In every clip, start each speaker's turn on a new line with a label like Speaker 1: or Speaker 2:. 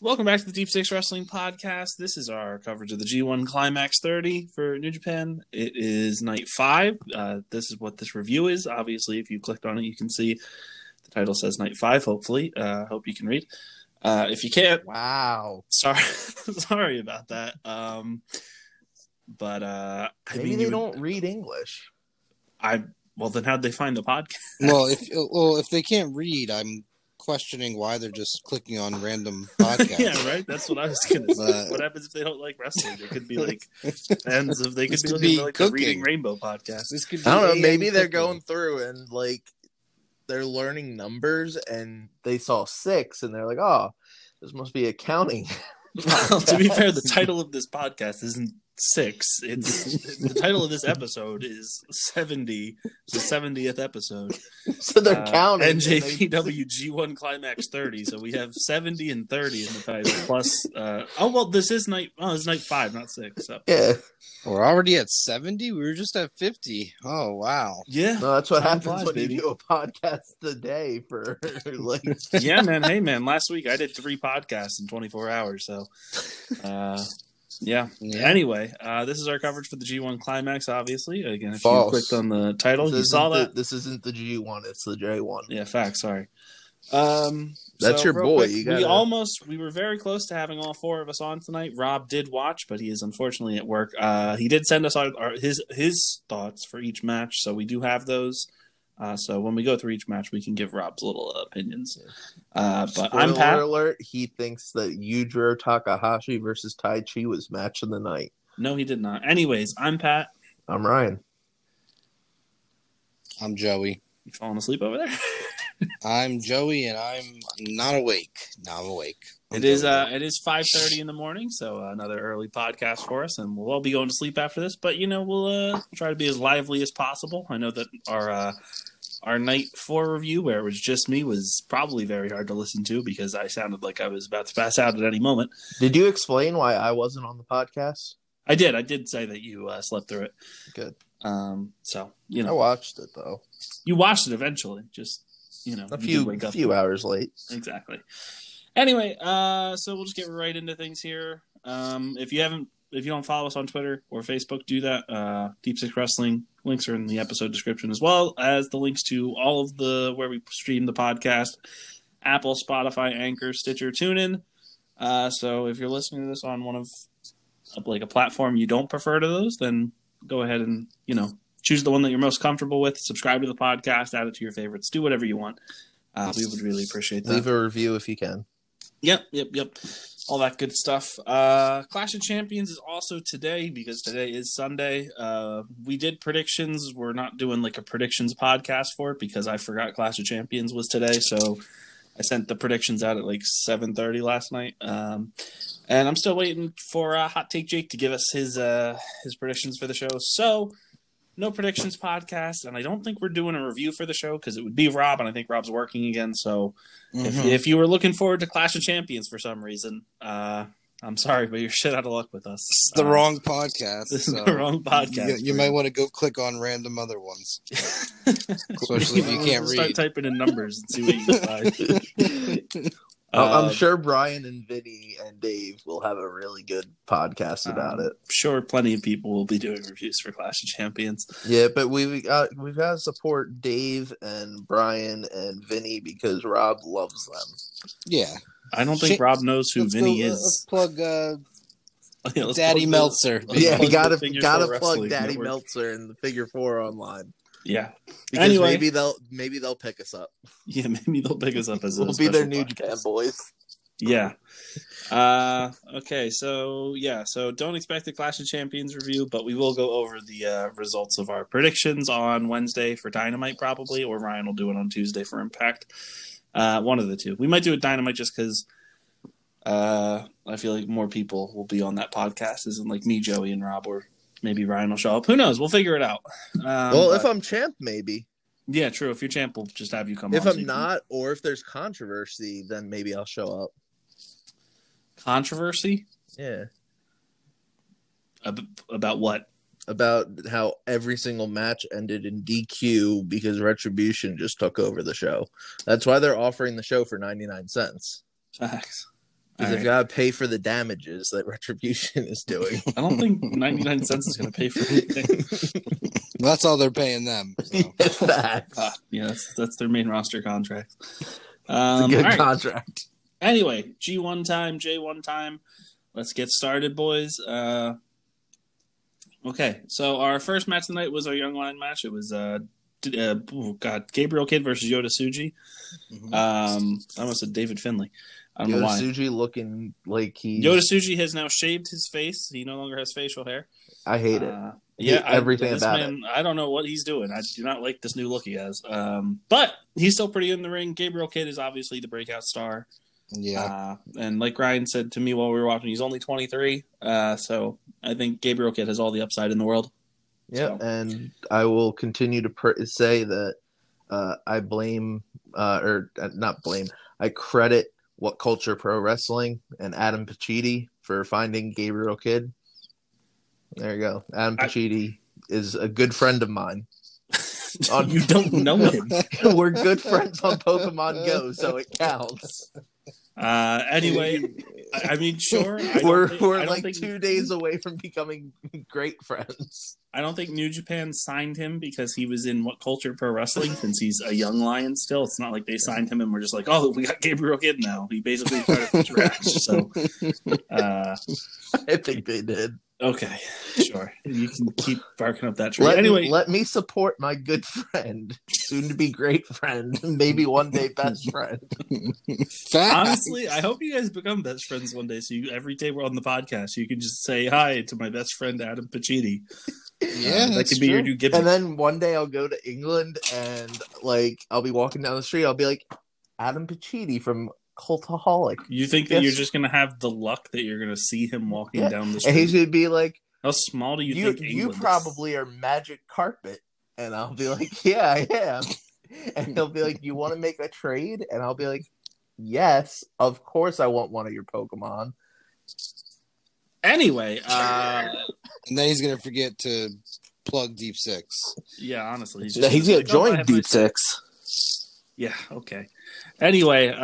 Speaker 1: Welcome back to the Deep Six Wrestling Podcast. This is our coverage of the G1 Climax 30 for New Japan. It is night five. Uh, this is what this review is. Obviously, if you clicked on it, you can see the title says night five, hopefully. Uh, hope you can read. Uh, if you can't,
Speaker 2: Wow.
Speaker 1: sorry sorry about that. Um, but uh, I
Speaker 2: Maybe
Speaker 1: mean,
Speaker 2: they
Speaker 1: you would-
Speaker 2: don't read English.
Speaker 1: I well, then how'd they find the podcast?
Speaker 3: Well, if well if they can't read, I'm questioning why they're just clicking on random podcasts.
Speaker 1: yeah, right. That's what I was gonna say.
Speaker 3: But-
Speaker 1: what happens if they don't like wrestling? It could be like ends of they could
Speaker 3: This could
Speaker 1: be, looking
Speaker 3: be
Speaker 1: for, like the
Speaker 3: cooking.
Speaker 1: Reading Rainbow podcast.
Speaker 3: This could
Speaker 2: I don't know.
Speaker 3: be
Speaker 2: Maybe
Speaker 3: AM
Speaker 2: they're
Speaker 3: cooking.
Speaker 2: going through and like they're learning numbers and they saw six and they're like, oh, this must be accounting.
Speaker 1: Well, to be fair, the title of this podcast isn't six. It's the title of this episode is seventy. It's the seventieth episode.
Speaker 2: so they're
Speaker 1: Uh,
Speaker 2: counting. and they-
Speaker 1: NJPW G1 Climax thirty. So we have seventy and thirty in the title. Plus, uh, oh well, this is night. Oh, it's night five, not six. So
Speaker 2: yeah.
Speaker 3: We're already at seventy. We were just at fifty. Oh wow.
Speaker 1: yeah,
Speaker 2: No, that's what
Speaker 1: Time
Speaker 2: happens
Speaker 1: flies,
Speaker 2: when
Speaker 1: baby.
Speaker 2: you do a podcast a day for like.
Speaker 1: yeah, man. Hey, man. Last week I did three podcasts in 24 hours. So, uh, yeah.
Speaker 3: Yeah.
Speaker 1: Anyway, uh, this is our coverage for the G1 Climax. Obviously, again, if
Speaker 2: False.
Speaker 1: you clicked on the title,
Speaker 2: this
Speaker 1: Oh, you
Speaker 2: isn't
Speaker 1: saw
Speaker 2: the-
Speaker 1: that.
Speaker 2: this isn't the G one; it's the J one.
Speaker 1: Yeah, facts. Sorry. Um,
Speaker 2: That's your
Speaker 1: real
Speaker 2: boy,
Speaker 1: quick,
Speaker 2: you gotta-
Speaker 1: We almost we were very close to having all four of us on tonight. Rob did watch, but he is unfortunately at work. Uh, he did send us our, our his his thoughts for each match, so we do have those. Uh, so when we go through each match, we can give Rob's little uh, opinions. Uh, but I'm
Speaker 2: Spoiler
Speaker 1: Pat.
Speaker 2: alert: He thinks that Yujiro Takahashi versus Tai Chi was match of the night.
Speaker 1: No, he did not. Anyways, I'm Pat.
Speaker 2: I'm Ryan.
Speaker 3: I'm Joey.
Speaker 1: You falling asleep over there?
Speaker 3: I'm Joey, and I'm not awake. Now I'm awake. I'm
Speaker 1: It is
Speaker 3: Joey.
Speaker 1: uh, it is five thirty in the morning, so uh, another early podcast for us, and we'll all be going to sleep after this. But you know, we'll uh, try to be as lively as possible. I know that our uh, our night four review, where it was just me, was probably very hard to listen to because I sounded like I was about to pass out at any moment.
Speaker 2: Did you explain why I wasn't on the podcast?
Speaker 1: I did, I did say that you uh, slept through it.
Speaker 2: Good.
Speaker 1: Um, so you
Speaker 2: I
Speaker 1: know,
Speaker 2: watched it though.
Speaker 1: you watched it eventually. Just you know, you
Speaker 2: A
Speaker 1: did
Speaker 2: few
Speaker 1: wake up
Speaker 2: few hours late.
Speaker 1: exactly anyway uh so we'll just get right into things here um if you haven't if you don't follow us on twitter or facebook do that uh deep six wrestling links are in the episode description as well as the links to all of the where we stream the podcast apple spotify anchor stitcher tune in uh so if you're listening to this on one of like a platform you don't prefer to those then go ahead and you know choose the one that you're most comfortable with subscribe to the podcast add it to your favorites do whatever you want uh, we would really appreciate that
Speaker 2: Leave a review if you can.
Speaker 1: Yep, yep, yep. All that good stuff. Uh, Clash of Champions is also today because today is Sunday. Uh, we did predictions. We're not doing like a predictions podcast for it because I forgot Clash of Champions was today. So I sent the predictions out at like seven thirty last night. Um, and I'm still waiting for uh, Hot Take Jake to give us his uh, his predictions for the show. So no predictions podcast, and I don't think we're doing a review for the show because it would be Rob, and I think Rob's working again. So if,
Speaker 3: Mhm.
Speaker 1: if you were looking forward to Clash of Champions for some reason, uh, I'm sorry, but you're shit out of luck with us.
Speaker 3: It's the
Speaker 1: Uh,
Speaker 3: wrong podcast.
Speaker 1: This is
Speaker 3: so
Speaker 1: the wrong podcast.
Speaker 3: You, you might want to go click on random other ones, especially if you can't
Speaker 1: Start
Speaker 3: read.
Speaker 1: typing in numbers and see what you find.
Speaker 2: I- Oh, I'm
Speaker 1: Uh,
Speaker 2: sure Brian and Vinny and Dave will have a really good podcast about
Speaker 1: Um,
Speaker 2: it.
Speaker 1: sure, plenty of people will be doing reviews for Clash of Champions.
Speaker 2: Yeah, but we we got we've got to support Dave and Brian and Vinny because Rob loves them.
Speaker 3: Yeah.
Speaker 1: I don't think
Speaker 3: Shit.
Speaker 1: Rob knows who
Speaker 3: Let's go-
Speaker 1: Vinny
Speaker 3: Let's
Speaker 1: is.
Speaker 3: plug uh,
Speaker 1: Okay, let's
Speaker 3: Daddy
Speaker 1: plug the-
Speaker 3: Meltzer.
Speaker 1: Let's
Speaker 2: yeah,
Speaker 1: plug
Speaker 2: you gotta
Speaker 1: the Figure
Speaker 2: gotta
Speaker 1: Four
Speaker 2: plug
Speaker 1: Wrestling
Speaker 2: Daddy
Speaker 1: Network.
Speaker 2: Meltzer and the Figure Four online
Speaker 1: Yeah,
Speaker 2: because
Speaker 1: Anyway.
Speaker 2: maybe they'll maybe they'll pick us up.
Speaker 1: yeah. Maybe they'll pick us up as a
Speaker 2: We'll be their
Speaker 1: special
Speaker 2: new
Speaker 1: podcast.
Speaker 2: Japan boys.
Speaker 1: Yeah. Uh, okay, so yeah, so don't expect a Clash of Champions review, but we will go over the uh, results of our predictions on Wednesday for Dynamite, probably, or Ryan will do it on Tuesday for Impact. Uh, one of the two. We might do a Dynamite just because uh, I feel like more people will be on that podcast, isn't like me, Joey, and Rob, or maybe Ryan will show up. Who knows? We'll figure it out. Um,
Speaker 2: well, if
Speaker 1: but-
Speaker 2: I'm champ, maybe.
Speaker 1: yeah, true. If you're champ, we'll just have you come. on
Speaker 2: If
Speaker 1: so
Speaker 2: I'm
Speaker 1: you can-
Speaker 2: not, or if there's controversy, then maybe I'll show up.
Speaker 1: controversy
Speaker 2: Yeah,
Speaker 1: Ab- about what?
Speaker 2: about how every single match ended in DQ because Retribution just took over the show. That's why they're offering the show for 99 cents.
Speaker 1: Facts. All
Speaker 2: Because they've
Speaker 1: right.
Speaker 2: got to pay for the damages that Retribution is doing.
Speaker 1: I don't think 99 cents is going to pay for anything.
Speaker 3: That's all they're paying them. so.
Speaker 2: Facts.
Speaker 1: Ah, yeah, that's, that's their main roster contract.
Speaker 2: It's a
Speaker 1: Um, all
Speaker 2: good
Speaker 1: right.
Speaker 2: contract.
Speaker 1: Anyway, G one time, J one time. Let's get started, boys. Uh, okay, so our first match tonight was our young line match. It was uh, d- uh oh God, Gabriel Kidd versus Yoda Suji.
Speaker 3: Mhm.
Speaker 1: Um, I almost said David Finley. I don't know
Speaker 2: Yoda
Speaker 1: why.
Speaker 2: Suji looking like he.
Speaker 1: Yoda Suji has now shaved his face. He no longer has facial hair.
Speaker 2: I hate it.
Speaker 1: Uh,
Speaker 2: Hate
Speaker 1: yeah, I-
Speaker 2: everything
Speaker 1: this
Speaker 2: about
Speaker 1: man, I don't know what he's doing. I do not like this new look he has. Um, but he's still pretty in the ring. Gabriel Kidd is obviously the breakout star.
Speaker 3: yeah.
Speaker 1: Uh, and like Ryan said to me while we were watching, he's only 23. Uh, so I think Gabriel Kidd has all the upside in the world. So-
Speaker 2: Yeah, and I will continue to pr- say that uh, I blame, uh, or uh, not blame, I credit What Culture Pro Wrestling and Adam Pacitti for finding Gabriel Kidd. There you go. Adam
Speaker 1: I-
Speaker 2: Pacitti is a good friend of mine. On-
Speaker 1: you don't know him.
Speaker 2: We're good friends on Pokemon Go, so it counts.
Speaker 1: Uh, anyway, I, I mean, sure. I don't
Speaker 2: we're
Speaker 1: think- I
Speaker 2: we're
Speaker 1: don't
Speaker 2: like
Speaker 1: think-
Speaker 2: two days away from becoming great friends.
Speaker 1: I don't think New Japan signed him because he was in what culture pro wrestling since he's a young lion still. It's not like they signed him and we're just like, oh, we got Gabriel Kidd now. He basically started from scratch. So, uh,
Speaker 2: I think they did.
Speaker 1: okay, sure. You can keep barking up that tree.
Speaker 2: Let,
Speaker 1: anyway,
Speaker 2: me, let me support my good friend, soon to be great friend, maybe one day best friend.
Speaker 3: Fact.
Speaker 1: Honestly, I hope you guys become best friends one day. So you, every day we're on the podcast, you can just say hi to my best friend Adam Pacitti.
Speaker 3: yeah,
Speaker 1: that
Speaker 3: that's
Speaker 1: could be your
Speaker 3: true.
Speaker 1: new gimmick.
Speaker 2: And then one day I'll go to England and like I'll be walking down the street, I'll be like Adam Pacitti from Cultaholic,
Speaker 1: you think that
Speaker 2: Yes.
Speaker 1: you're just going to have the luck that you're going to see him walking
Speaker 2: Yeah,
Speaker 1: down the
Speaker 2: and he's
Speaker 1: street?
Speaker 2: gonna be like,
Speaker 1: How small do you,
Speaker 2: "You,
Speaker 1: think
Speaker 2: you
Speaker 1: England is?
Speaker 2: probably are magic carpet," and I'll be like, "Yeah, I am," and he'll be like, "You want to make a trade?" And I'll be like, "Yes, of course I want one of your Pokemon."
Speaker 1: Anyway, uh,
Speaker 3: And then he's gonna forget to plug Deep Six.
Speaker 1: yeah, honestly, he's,
Speaker 2: Now
Speaker 1: just
Speaker 2: he's gonna
Speaker 1: like, oh, I
Speaker 2: join
Speaker 1: have my-
Speaker 2: Deep Six.
Speaker 1: Yeah, okay. Anyway, uh,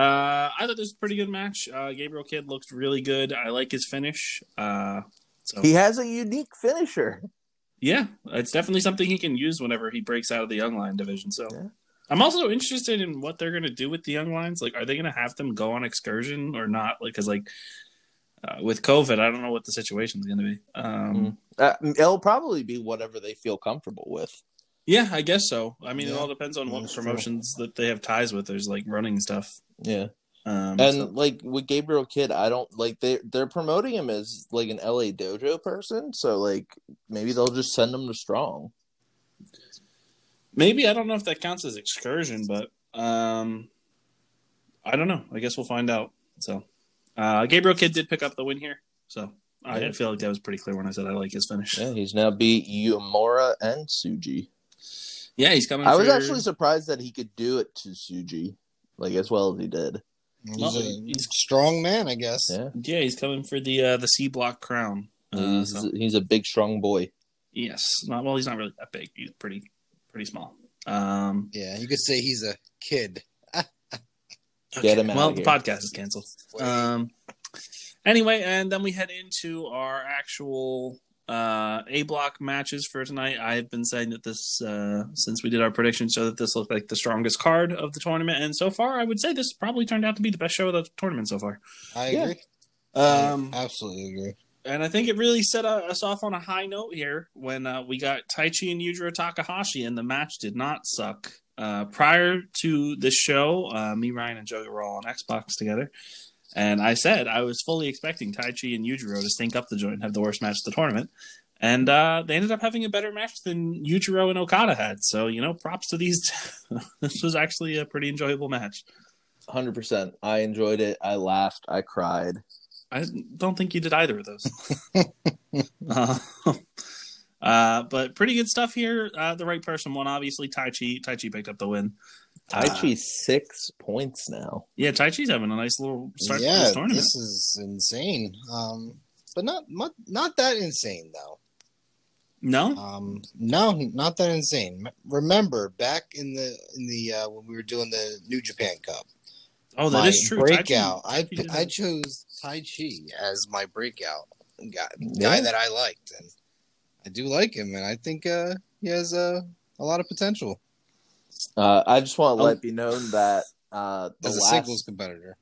Speaker 1: I thought this was a pretty good match. Uh, Gabriel Kidd looked really good. I like his finish. Uh, so
Speaker 2: He has a unique finisher.
Speaker 1: Yeah, it's definitely something he can use whenever he breaks out of the young line division. So
Speaker 2: Yeah.
Speaker 1: I'm also interested in what they're going to do with the young lines. Like, are they going to have them go on excursion or not? Like, because like uh, with COVID, I don't know what the situation's going to be. Um,
Speaker 2: Uh, it'll probably be whatever they feel comfortable with.
Speaker 1: Yeah, I guess so. I mean, it
Speaker 3: Yeah.
Speaker 1: all depends on what
Speaker 3: That's true.
Speaker 1: promotions that they have ties with. There's like running stuff.
Speaker 2: Yeah,
Speaker 1: Um,
Speaker 2: and
Speaker 1: so-
Speaker 2: like with Gabriel Kidd, I don't like they they're promoting him as like an LA dojo person, so like maybe they'll just send him to Strong.
Speaker 1: maybe I don't know if that counts as excursion, but um, I don't know. I guess we'll find out. So uh, Gabriel Kidd did pick up the win here. So I
Speaker 2: Yeah.
Speaker 1: feel like that was pretty clear when I said I like his finish.
Speaker 2: Yeah, he's now beat Yamura and Suji.
Speaker 1: Yeah, he's coming.
Speaker 2: I was
Speaker 1: for-
Speaker 2: actually surprised that he could do it to Suji, like as well as he did.
Speaker 3: He's
Speaker 1: Well,
Speaker 3: a
Speaker 1: he's-
Speaker 3: strong man, I guess.
Speaker 2: Yeah,
Speaker 1: yeah, he's coming for the uh, the C block crown. Uh,
Speaker 2: he's
Speaker 1: so-
Speaker 2: he's a big strong boy.
Speaker 1: yes, Not- well, he's not really that big. He's pretty pretty small. Um,
Speaker 3: Yeah, you could say he's a kid.
Speaker 2: Get him out
Speaker 1: well,
Speaker 2: of
Speaker 1: the
Speaker 2: here.
Speaker 1: podcast is canceled. Um, anyway, and then we head into our actual uh, A block matches for tonight. I've been saying that this uh, since we did our prediction show that this looked like the strongest card of the tournament, and so far I would say this probably turned out to be the best show of the tournament so far.
Speaker 3: I
Speaker 2: yeah.
Speaker 3: agree.
Speaker 1: Um,
Speaker 3: I absolutely agree.
Speaker 1: and I think it really set uh, us off on a high note here when uh, we got Taichi and Yujiro Takahashi, and the match did not suck. Uh, prior to this show, uh, me, Ryan, and Joey were all on Xbox together, and I said I was fully expecting Taichi and Yujiro to stink up the joint and have the worst match of the tournament. And uh, they ended up having a better match than Yujiro and Okada had. So, you know, props to these. two. this was actually a pretty enjoyable match.
Speaker 2: Hundred percent. I enjoyed it. I laughed. I cried.
Speaker 1: I don't think you did either of those. uh, uh, but pretty good stuff here. Uh, the right person won, obviously. Tai Chi, Tai Chi picked up the win.
Speaker 2: Tai
Speaker 1: Uh,
Speaker 2: Chi six points now.
Speaker 1: yeah, Tai Chi's having a nice little start to
Speaker 3: yeah,
Speaker 1: this tournament.
Speaker 3: this is insane. Um, but not mu- not that insane though.
Speaker 1: no,
Speaker 3: Um, no, not that insane. M- Remember back in the in the uh, when we were doing the New Japan Cup
Speaker 1: oh, that
Speaker 3: my
Speaker 1: is true. Tai Chi-
Speaker 3: breakout.
Speaker 1: Tai Chi
Speaker 3: I
Speaker 1: did
Speaker 3: I
Speaker 1: it.
Speaker 3: chose Tai Chi as my breakout guy,
Speaker 2: Yeah.
Speaker 3: guy that I liked, and I do like him, and I think uh, he has uh, a lot of potential
Speaker 2: Uh, I just want to
Speaker 1: Oh.
Speaker 2: let it be known that uh, the
Speaker 3: as a
Speaker 2: last.
Speaker 3: singles competitor.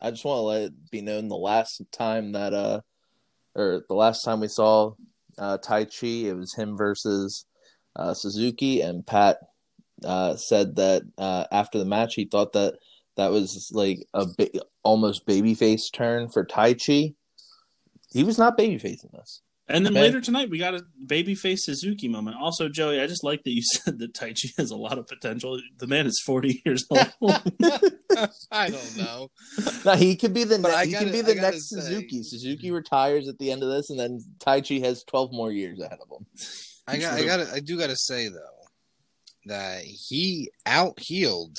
Speaker 2: I just want to let it be known the last time that uh, or the last time we saw uh, Tai Chi, it was him versus uh, Suzuki, and Pat uh, said that uh, after the match he thought that that was like a ba- almost babyface turn for Tai Chi. He was not babyfacing this.
Speaker 1: And then
Speaker 2: Okay.
Speaker 1: later tonight, we got a babyface Suzuki moment. Also, Joey, I just like that you said that Tai Chi has a lot of potential. The man is 40 years old.
Speaker 3: I don't know.
Speaker 2: Now he could be the
Speaker 3: But
Speaker 2: ne-
Speaker 3: I
Speaker 2: he
Speaker 3: gotta-
Speaker 2: could be
Speaker 3: I
Speaker 2: the
Speaker 3: gotta
Speaker 2: next
Speaker 3: say- Hmm.
Speaker 2: Suzuki. Suzuki retires at the end of this, and then Tai Chi has twelve more years ahead of him.
Speaker 3: I got, I
Speaker 1: True.
Speaker 3: got, I do got to say though that he out healed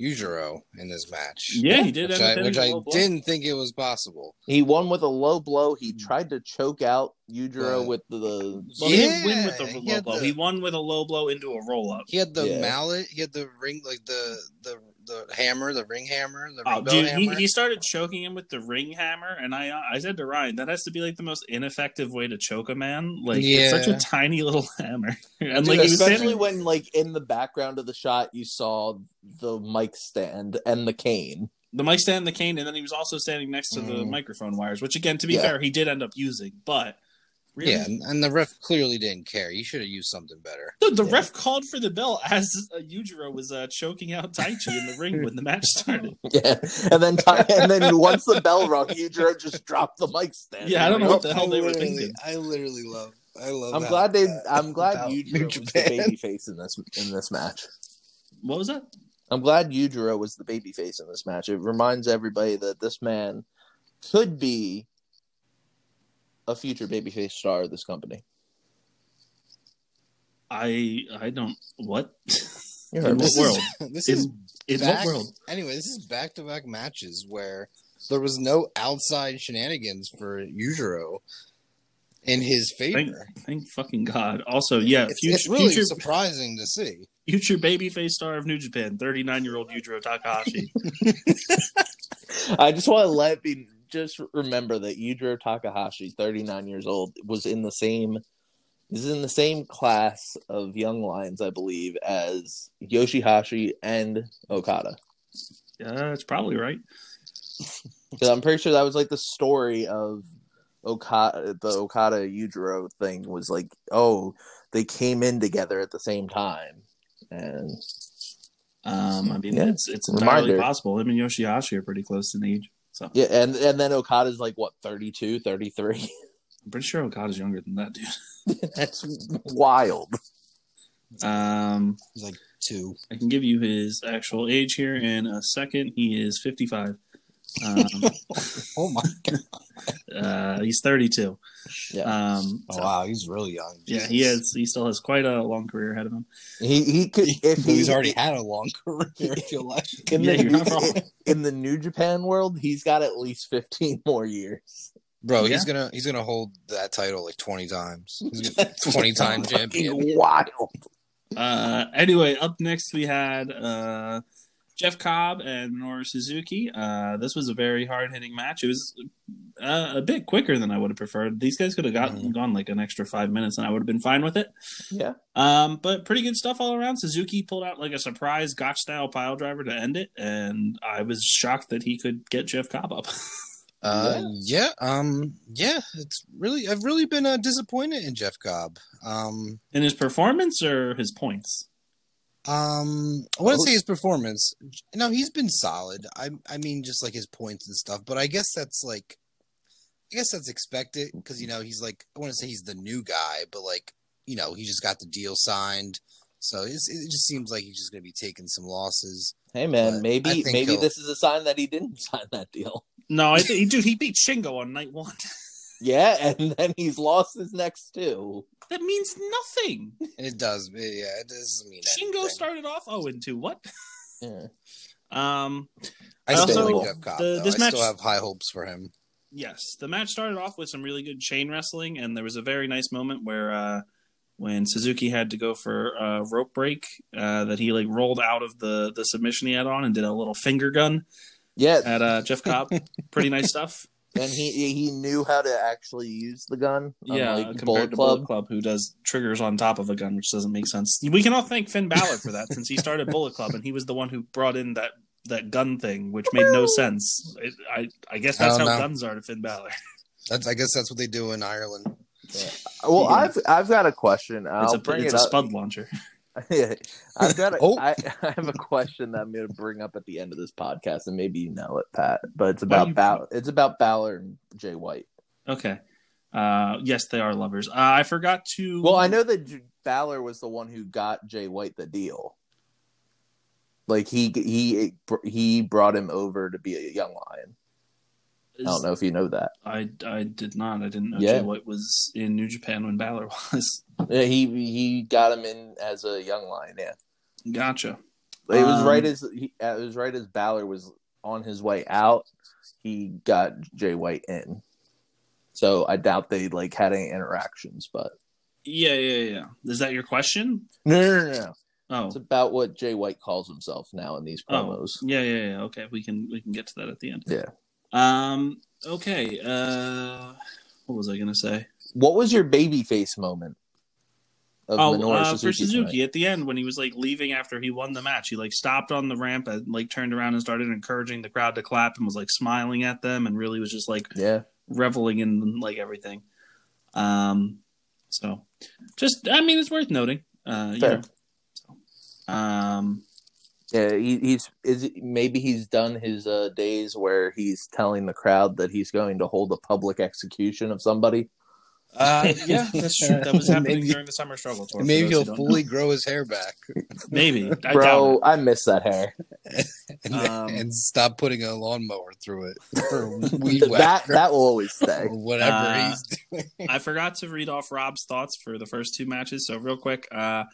Speaker 3: Yujiro in this match,
Speaker 1: yeah, he did.
Speaker 3: which
Speaker 1: end
Speaker 3: I,
Speaker 1: up hitting
Speaker 3: which
Speaker 1: a
Speaker 3: I
Speaker 1: low blow.
Speaker 3: didn't think it was possible.
Speaker 2: He won with a low blow. He tried to choke out Yujiro
Speaker 3: Hmm. Right.
Speaker 2: with the
Speaker 1: Well, he didn't win with a
Speaker 3: Yeah,
Speaker 1: low
Speaker 3: he had
Speaker 1: blow.
Speaker 3: the-
Speaker 1: He won with a low blow into a roll up.
Speaker 3: He had the
Speaker 2: Yeah.
Speaker 3: mallet, he had the ring, like the the the hammer, the ring hammer, the ring
Speaker 1: Oh,
Speaker 3: bell
Speaker 1: dude, he,
Speaker 3: hammer.
Speaker 1: he started choking him with the ring hammer, and I I said to Ryan that has to be like the most ineffective way to choke a man. Like it's such
Speaker 3: Yeah.
Speaker 1: a tiny little hammer, and
Speaker 2: Dude,
Speaker 1: like he was
Speaker 2: especially
Speaker 1: standing,
Speaker 2: when like in the background of the shot you saw the mic stand and the cane.
Speaker 1: the mic stand, the cane, and then he was also standing next to the
Speaker 3: Mm.
Speaker 1: microphone wires, which again, to be
Speaker 2: Yeah.
Speaker 1: fair, he did end up using, but really,
Speaker 3: Yeah, and, and the ref clearly didn't care. He should have used something better.
Speaker 1: Dude, the
Speaker 2: Yeah.
Speaker 1: ref called for the bell as uh, Yujiro was uh, choking out Taichi in the ring when the match started.
Speaker 2: Yeah, and then Ty- and then once the bell rung, Yujiro just dropped the mic stand.
Speaker 1: Yeah, I don't know what
Speaker 2: Well,
Speaker 1: the hell they were
Speaker 3: literally-
Speaker 1: thinking.
Speaker 3: I literally love. I love.
Speaker 2: I'm
Speaker 3: how-
Speaker 2: glad they.
Speaker 3: uh,
Speaker 2: I'm glad
Speaker 3: about
Speaker 2: Yujiro
Speaker 3: New
Speaker 2: was the
Speaker 3: Japan.
Speaker 2: baby face in this in this match.
Speaker 1: What was that?
Speaker 2: I'm glad Yujiro was the baby face in this match. It reminds everybody that this man could be a future babyface star of this company.
Speaker 1: I I don't what
Speaker 2: You
Speaker 1: In
Speaker 2: heard
Speaker 1: what
Speaker 2: me.
Speaker 3: This
Speaker 1: world?
Speaker 3: Is, this is
Speaker 1: in in
Speaker 3: back,
Speaker 1: what world?
Speaker 3: Anyway, this is back to back matches where there was no outside shenanigans for Yujiro in his favor.
Speaker 1: Thank, thank fucking god. Also, yeah,
Speaker 3: it's,
Speaker 1: future
Speaker 3: it's really
Speaker 1: future
Speaker 3: surprising to see.
Speaker 1: future babyface star of New Japan, 39 year old Yujiro Takahashi.
Speaker 2: I just want to let be just remember that Yujiro Takahashi, 39 years old, was in the same is in the same class of young lions, I believe, as Yoshihashi and Okada.
Speaker 1: yeah, that's probably right.
Speaker 2: 'Cause I'm pretty sure that was like the story of Okada, the Okada Yujiro thing was like, oh, they came in together at the same time, and
Speaker 1: Um, I mean,
Speaker 2: Yeah.
Speaker 1: it's it's entirely
Speaker 2: Reminder.
Speaker 1: possible. Him and Yoshihashi are pretty close in age, so
Speaker 2: yeah, and and then Okada's like what 32, 33.
Speaker 1: I'm pretty sure Okada's younger than that dude.
Speaker 2: That's wild.
Speaker 1: Um,
Speaker 3: It's like two.
Speaker 1: I can give you his actual age here in a second. He is 55. Um,
Speaker 3: Oh my!
Speaker 1: uh, he's 32.
Speaker 2: Yeah.
Speaker 1: Um, so,
Speaker 3: wow, he's really young.
Speaker 1: yeah,
Speaker 3: Oh, Jesus.
Speaker 1: he has. He still has quite a long career ahead of him.
Speaker 2: He he could if
Speaker 3: But
Speaker 2: he,
Speaker 3: he's already had a long career. I feel like
Speaker 2: in
Speaker 1: Yeah,
Speaker 2: the
Speaker 1: you're not wrong.
Speaker 2: in the New Japan world, he's got at least fifteen more years.
Speaker 3: bro,
Speaker 1: he's
Speaker 3: he's gonna he's gonna hold that title like twenty times. Twenty time champion.
Speaker 2: Fucking wild.
Speaker 1: Uh, anyway, up next we had uh, Jeff Cobb and Minoru Suzuki. Uh, this was a very hard hitting match. It was uh, a bit quicker than I would have preferred. These guys could have gotten
Speaker 3: Mhm.
Speaker 1: gone like an extra five minutes, and I would have been fine with it.
Speaker 2: Yeah.
Speaker 1: Um, but pretty good stuff all around. Suzuki pulled out like a surprise gotch style pile driver to end it, and I was shocked that he could get Jeff Cobb up.
Speaker 3: Uh, yeah. Um, yeah. It's really I've really been uh, disappointed in Jeff Cobb. Um,
Speaker 1: In his performance or his points?
Speaker 3: um, I wouldn't say his performance. No, he's been solid. I I mean, just like his points and stuff. But I guess that's like, I guess that's expected because you know he's like I want to say he's the new guy, but like you know he just got the deal signed, so it's, it just seems like he's just gonna be taking some losses.
Speaker 2: Hey man,
Speaker 3: But I
Speaker 2: maybe
Speaker 3: think
Speaker 2: maybe
Speaker 3: he'll-
Speaker 2: this is a sign that he didn't sign that deal.
Speaker 1: No, I think dude, he beat Shingo on night one.
Speaker 2: Yeah, and then he's lost his next two.
Speaker 1: That means nothing.
Speaker 3: It does, but yeah, it doesn't mean
Speaker 1: Shingo
Speaker 3: anything.
Speaker 1: started off 0 2. What?
Speaker 2: Yeah.
Speaker 1: Um,
Speaker 3: I
Speaker 1: I
Speaker 3: still
Speaker 1: also-
Speaker 3: like Jeff Cobb.
Speaker 1: the-
Speaker 3: though.
Speaker 1: this
Speaker 3: I
Speaker 1: match-
Speaker 3: still have high hopes for him.
Speaker 1: yes, the match started off with some really good chain wrestling, and there was a very nice moment where uh, when Suzuki had to go for a rope break, uh, that he like rolled out of the the submission he had on and did a little finger gun.
Speaker 2: Yeah,
Speaker 1: at uh, Jeff Cobb. Pretty nice stuff.
Speaker 2: and he he knew how to actually use the gun.
Speaker 1: Yeah,
Speaker 2: unlike
Speaker 1: um, compared
Speaker 2: Bullet
Speaker 1: to
Speaker 2: Club.
Speaker 1: Bullet Club, who does triggers on top of a gun, which doesn't make sense. We can all thank Finn Balor for that, since he started Bullet Club, and he was the one who brought in that that gun thing, which made no sense. It, I I guess that's
Speaker 3: I
Speaker 1: how
Speaker 3: don't know.
Speaker 1: guns are to Finn Balor.
Speaker 3: That's I guess that's what they do in Ireland.
Speaker 2: Well,
Speaker 1: Yeah.
Speaker 2: I've I've got a question. and
Speaker 1: it's
Speaker 2: I'll
Speaker 1: a
Speaker 2: bring
Speaker 1: it's
Speaker 2: it
Speaker 1: a
Speaker 2: up.
Speaker 1: spud launcher.
Speaker 2: I've got a,
Speaker 3: Oh.
Speaker 2: I, I have a question that I'm going to bring up at the end of this podcast, and maybe you know it, Pat. But it's
Speaker 1: Well,
Speaker 2: about
Speaker 1: you-
Speaker 2: Bal- It's about Balor and Jay White.
Speaker 1: Okay. Uh, yes, they are lovers. Uh, I forgot to.
Speaker 2: Well, I know that J- Balor was the one who got Jay White the deal. Like he he he brought him over to be a young lion. I don't know if you know that.
Speaker 1: I I did not. I didn't know
Speaker 2: Yeah.
Speaker 1: Jay White was in New Japan when Balor was.
Speaker 2: Yeah, he he got him in as a young lion. Yeah,
Speaker 1: gotcha.
Speaker 2: it was
Speaker 1: Um,
Speaker 2: right as he, it was right as Balor was on his way out. He got Jay White in. So I doubt they like had any interactions, but
Speaker 1: Yeah, yeah, yeah. Is that your question?
Speaker 2: no, no, no, no.
Speaker 1: Oh,
Speaker 2: It's about what Jay White calls himself now in these promos.
Speaker 1: Yeah, yeah, yeah. Okay, we can we can get to that at the end.
Speaker 2: Yeah.
Speaker 1: Um. Okay. Uh. What was I gonna say?
Speaker 2: What was your baby face moment? Of
Speaker 1: Oh,
Speaker 2: Minoru
Speaker 1: uh, for
Speaker 2: Suzuki
Speaker 1: Suzuki
Speaker 2: tonight?
Speaker 1: at the end when he was like leaving after he won the match, he like stopped on the ramp and like turned around and started encouraging the crowd to clap and was like smiling at them and really was just like
Speaker 2: Yeah,
Speaker 1: reveling in like everything. Um, so just I mean it's worth noting. Uh, you
Speaker 2: Fair.
Speaker 1: know. So, um,
Speaker 2: yeah. He, he's is it- maybe he's done his uh, days where he's telling the crowd that he's going to hold a public execution of somebody.
Speaker 1: uh, yeah, that's true. That was happening
Speaker 3: Maybe-
Speaker 1: during the summer struggle tour. for
Speaker 3: Maybe
Speaker 1: those who
Speaker 3: he'll
Speaker 1: don't
Speaker 3: fully grow his hair back
Speaker 1: know. maybe I doubt
Speaker 2: Bro,
Speaker 1: it.
Speaker 2: I miss that hair.
Speaker 3: and,
Speaker 1: Um,
Speaker 3: and stop putting a lawnmower through it or weed
Speaker 2: that
Speaker 3: whacker
Speaker 2: that will always stay.
Speaker 3: or whatever
Speaker 1: Uh,
Speaker 3: he's doing.
Speaker 1: I forgot to read off Rob's thoughts for the first two matches. So real quick, uh,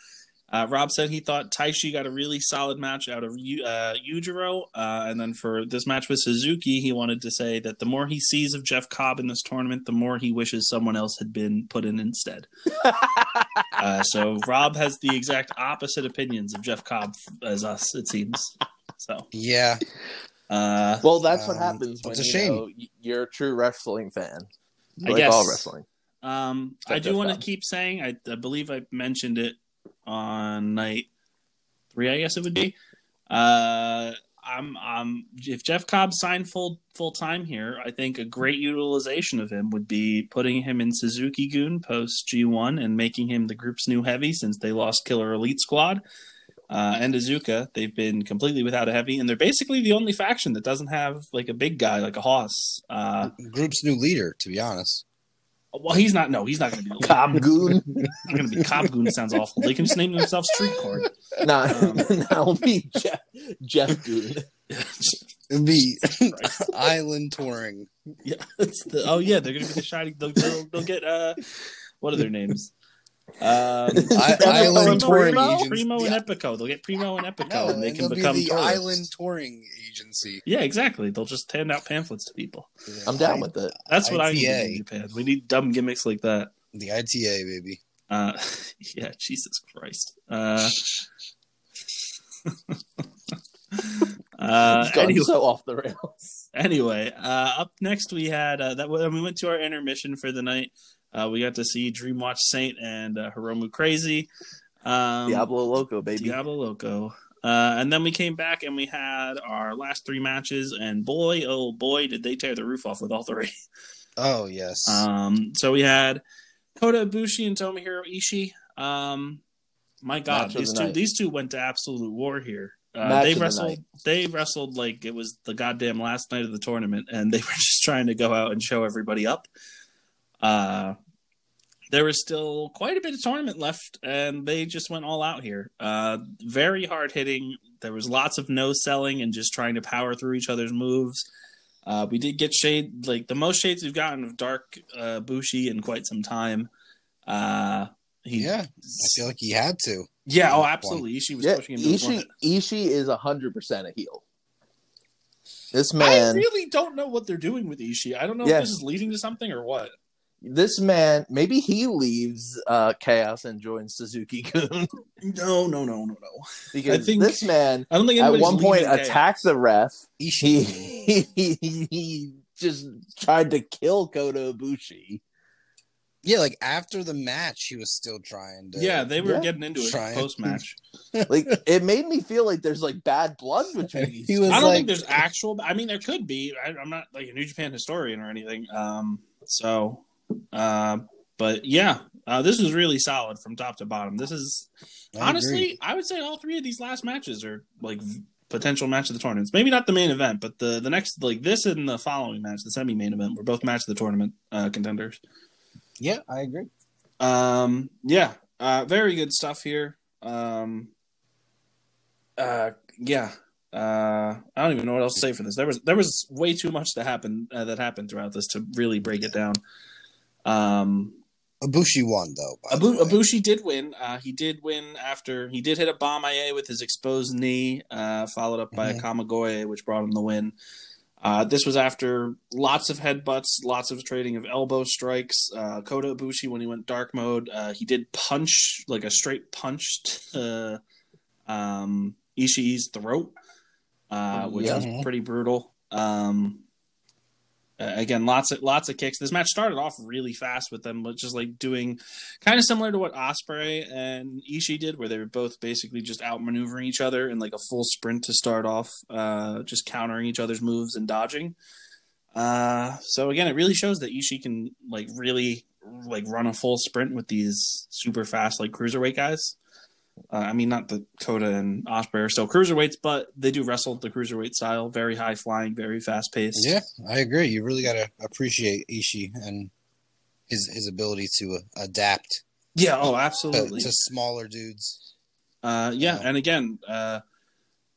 Speaker 1: uh, Rob said he thought Taishi got a really solid match out of Yu- uh, Yujiro, uh, and then for this match with Suzuki, he wanted to say that the more he sees of Jeff Cobb in this tournament, the more he wishes someone else had been put in instead. Uh, so Rob has the exact opposite opinions of Jeff Cobb as us, it seems. So
Speaker 3: Yeah,
Speaker 1: uh,
Speaker 2: well, that's what
Speaker 3: Um,
Speaker 2: happens when
Speaker 3: it's a
Speaker 2: you
Speaker 3: shame.
Speaker 2: know, y- you're a true wrestling fan.
Speaker 1: I
Speaker 2: Like
Speaker 1: guess
Speaker 2: all wrestling.
Speaker 1: Um,
Speaker 2: That
Speaker 1: I do
Speaker 2: does
Speaker 1: want to
Speaker 2: sound-
Speaker 1: keep saying I, I believe I mentioned it on night three. I guess it would be. Uh, I'm um if Jeff Cobb signed full full time here, I think a great utilization of him would be putting him in Suzuki Goon post G1 and making him the group's new heavy since they lost Killer Elite Squad. Uh, and Azuka, they've been completely without a heavy, and they're basically the only faction that doesn't have like a big guy like a Hoss. Uh,
Speaker 3: group's new leader. To be honest,
Speaker 1: well, he's not. No, he's not going to be. the leader.
Speaker 2: Comgoon.
Speaker 1: I'm gonna be Cop Goon sounds awful. They can just name themselves Street Card.
Speaker 2: no,
Speaker 1: Um,
Speaker 2: that'll be Jeff, Jeff Goon.
Speaker 3: it'd be island touring.
Speaker 1: yeah, it's the, oh yeah, they're gonna be the shiny. They'll, they'll, they'll get uh, what are their names? Um,
Speaker 3: I,
Speaker 2: Primo
Speaker 3: island
Speaker 2: and
Speaker 3: touring
Speaker 2: Primo?
Speaker 3: agents.
Speaker 1: Primo
Speaker 3: Yeah,
Speaker 1: and Epico. They'll get Primo and Epico,
Speaker 3: no,
Speaker 1: and they can
Speaker 3: it'll be
Speaker 1: become
Speaker 3: the
Speaker 1: tourists.
Speaker 3: island touring agency.
Speaker 1: Yeah, exactly. They'll just hand out pamphlets to people.
Speaker 2: I'm down with it.
Speaker 1: That's what I need
Speaker 3: ITA.
Speaker 1: in Japan. We need dumb gimmicks like that.
Speaker 3: the ITA baby.
Speaker 1: Uh, yeah, Jesus Christ. Uh, uh,
Speaker 2: It's gone
Speaker 1: anyway.
Speaker 2: so off the rails.
Speaker 1: anyway, uh, up next we had uh, that when we went to our intermission for the night. Uh, we got to see Dreamwatch Saint and uh, Hiromu Crazy, um,
Speaker 2: Diablo Loco, baby.
Speaker 1: Diablo Loco, uh, and then we came back and we had our last three matches. And boy, oh boy, did they tear the roof off with all three.
Speaker 3: Oh yes,
Speaker 1: Um, so we had Kota Ibushi and Tomohiro Ishii. Um, my God,
Speaker 2: Match of
Speaker 1: these
Speaker 2: the
Speaker 1: two
Speaker 2: night.
Speaker 1: these two went to absolute war here. Uh,
Speaker 2: Match
Speaker 1: they
Speaker 2: of the
Speaker 1: wrestled.
Speaker 2: night.
Speaker 1: they wrestled like it was the goddamn last night of the tournament, and they were just trying to go out and show everybody up. Uh, there was still quite a bit of tournament left, and they just went all out here. Uh, very hard hitting. There was lots of no selling and just trying to power through each other's moves. Uh, we did get shade like the most shades we've gotten of Dark uh, Bushi in quite some time. Uh, he,
Speaker 3: yeah. I feel like he had to.
Speaker 1: yeah, oh, absolutely. Ishii was
Speaker 2: Yeah,
Speaker 1: pushing him. To his
Speaker 2: Ishii,
Speaker 1: limit.
Speaker 2: Ishii is 100% a heel. This
Speaker 1: I
Speaker 2: man,
Speaker 1: really don't know what they're doing with Ishii. I don't know
Speaker 2: Yeah.
Speaker 1: if this is leading to something or what.
Speaker 2: this man, maybe he leaves uh, Chaos and joins Suzuki Goon.
Speaker 1: No, no, no, no, no.
Speaker 2: because
Speaker 1: think-
Speaker 2: this man,
Speaker 1: I don't think
Speaker 2: at
Speaker 1: anybody's
Speaker 2: one point,
Speaker 1: leaving Chaos.
Speaker 2: attacked the ref.
Speaker 3: Ishii.
Speaker 2: He, he, he, he just tried to kill Kota Ibushi.
Speaker 3: Yeah, like after the match, he was still trying to.
Speaker 1: Yeah, they were
Speaker 2: Yeah.
Speaker 1: getting into it
Speaker 3: Trying.
Speaker 1: post match.
Speaker 2: Like it made me feel like there's like bad blood between these.
Speaker 3: He
Speaker 2: two.
Speaker 3: was
Speaker 1: I don't
Speaker 3: like-
Speaker 1: think there's actual. I mean, there could be. I, I'm not like a New Japan historian or anything. Um, so, uh, but yeah, uh, this was really solid from top to bottom. This is
Speaker 3: I
Speaker 1: honestly,
Speaker 3: agree.
Speaker 1: I would say all three of these last matches are like v- potential match of the tournaments. Maybe not the main event, but the the next like this and the following match, the semi main event, were both match of the tournament uh, contenders.
Speaker 3: yeah, I agree.
Speaker 1: Um, yeah, uh, very good stuff here. Um, uh, yeah, uh, I don't even know what else to say for this. There was there was way too much that happened uh, that happened throughout this to really break it down. Um,
Speaker 3: Abushi won though. by
Speaker 1: Abu-
Speaker 3: the way.
Speaker 1: Abushi did win. Uh, he did win after he did hit a bomb IA with his exposed knee, uh, followed up by
Speaker 3: Mhm.
Speaker 1: a Kamagoye, which brought him the win. Uh, this was after lots of headbutts, lots of trading of elbow strikes. Uh, Kota Ibushi, when he went dark mode, uh, he did punch like a straight punch to um, Ishii's throat, uh, which
Speaker 2: Yeah.
Speaker 1: was pretty brutal. Um, uh, again, lots of lots of kicks. This match started off really fast with them, but just like doing kind of similar to what Osprey and Ishii did, where they were both basically just outmaneuvering each other in like a full sprint to start off, uh, just countering each other's moves and dodging. Uh, so again, it really shows that Ishii can like really like run a full sprint with these super fast like cruiserweight guys. Uh, I mean, not that Coda and Osprey are still cruiserweights, but they do wrestle the cruiserweight style, very high flying, very fast paced.
Speaker 3: Yeah, I agree. You really gotta appreciate Ishii and his his ability to uh, adapt
Speaker 1: Yeah. Oh,
Speaker 3: to,
Speaker 1: absolutely.
Speaker 3: to smaller dudes.
Speaker 1: Uh, yeah,
Speaker 3: Yeah.
Speaker 1: and again, uh,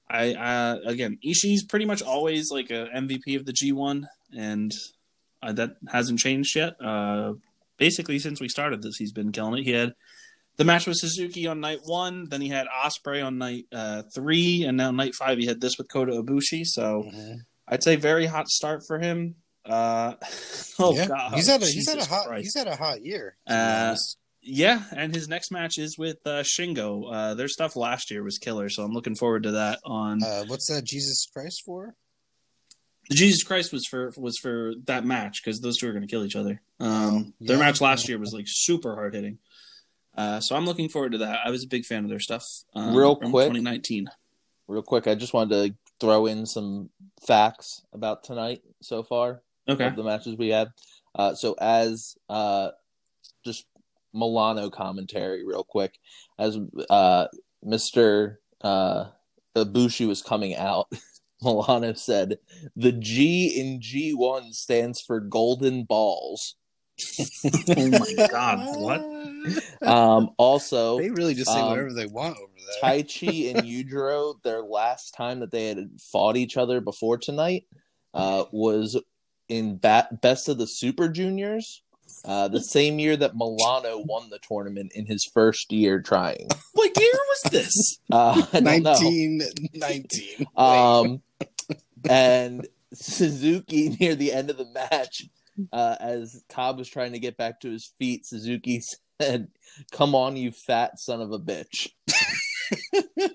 Speaker 1: I uh, again Ishii's pretty much always like a MVP of the G1, and uh, that hasn't changed yet. Uh, basically, since we started this, he's been killing it. He had the match with Suzuki on night one, then he had Osprey on night uh, three, and now night five he had this with Kota Ibushi. So
Speaker 3: Mhm.
Speaker 1: I'd say very hot start for him. Uh, oh
Speaker 3: yeah.
Speaker 1: god,
Speaker 3: he's had a he's
Speaker 1: Jesus
Speaker 3: had a hot
Speaker 1: Christ.
Speaker 3: he's had a hot year. to be
Speaker 1: Uh,
Speaker 3: honest.
Speaker 1: Yeah, and his next match is with uh, Shingo. Uh, their stuff last year was killer, so I'm looking forward to that. On
Speaker 3: Uh, what's that Jesus Christ for?
Speaker 1: Jesus Christ was for was for that match because those two are going to kill each other. Um, Their
Speaker 3: Oh, Yeah.
Speaker 1: match last year was like super hard hitting, uh, so I'm looking forward to that. I was a big fan of their stuff. Um,
Speaker 2: Real
Speaker 1: from
Speaker 2: quick.
Speaker 1: 2019.
Speaker 2: Real quick, I just wanted to throw in some facts about tonight so far.
Speaker 1: Okay,
Speaker 2: of the matches we had. Uh, so as uh, just Milano commentary, real quick, as uh, Mister uh, Ibushi was coming out, Milano said, "The G in G one stands for golden balls."
Speaker 1: oh my god, what?
Speaker 2: Um, also,
Speaker 3: They really just say
Speaker 2: Um,
Speaker 3: whatever they want over there.
Speaker 2: Tai Chi and Yujiro, their last time that they had fought each other before tonight, uh, was in bat- Best of the Super Juniors, uh, the same year that Milano won the tournament in his first year trying.
Speaker 1: What year was this?
Speaker 2: Uh, I don't know.
Speaker 3: 19, 19.
Speaker 2: Um, and Suzuki near the end of the match, uh, as Cobb was trying to get back to his feet, Suzuki said, "Come on, you fat son of a bitch."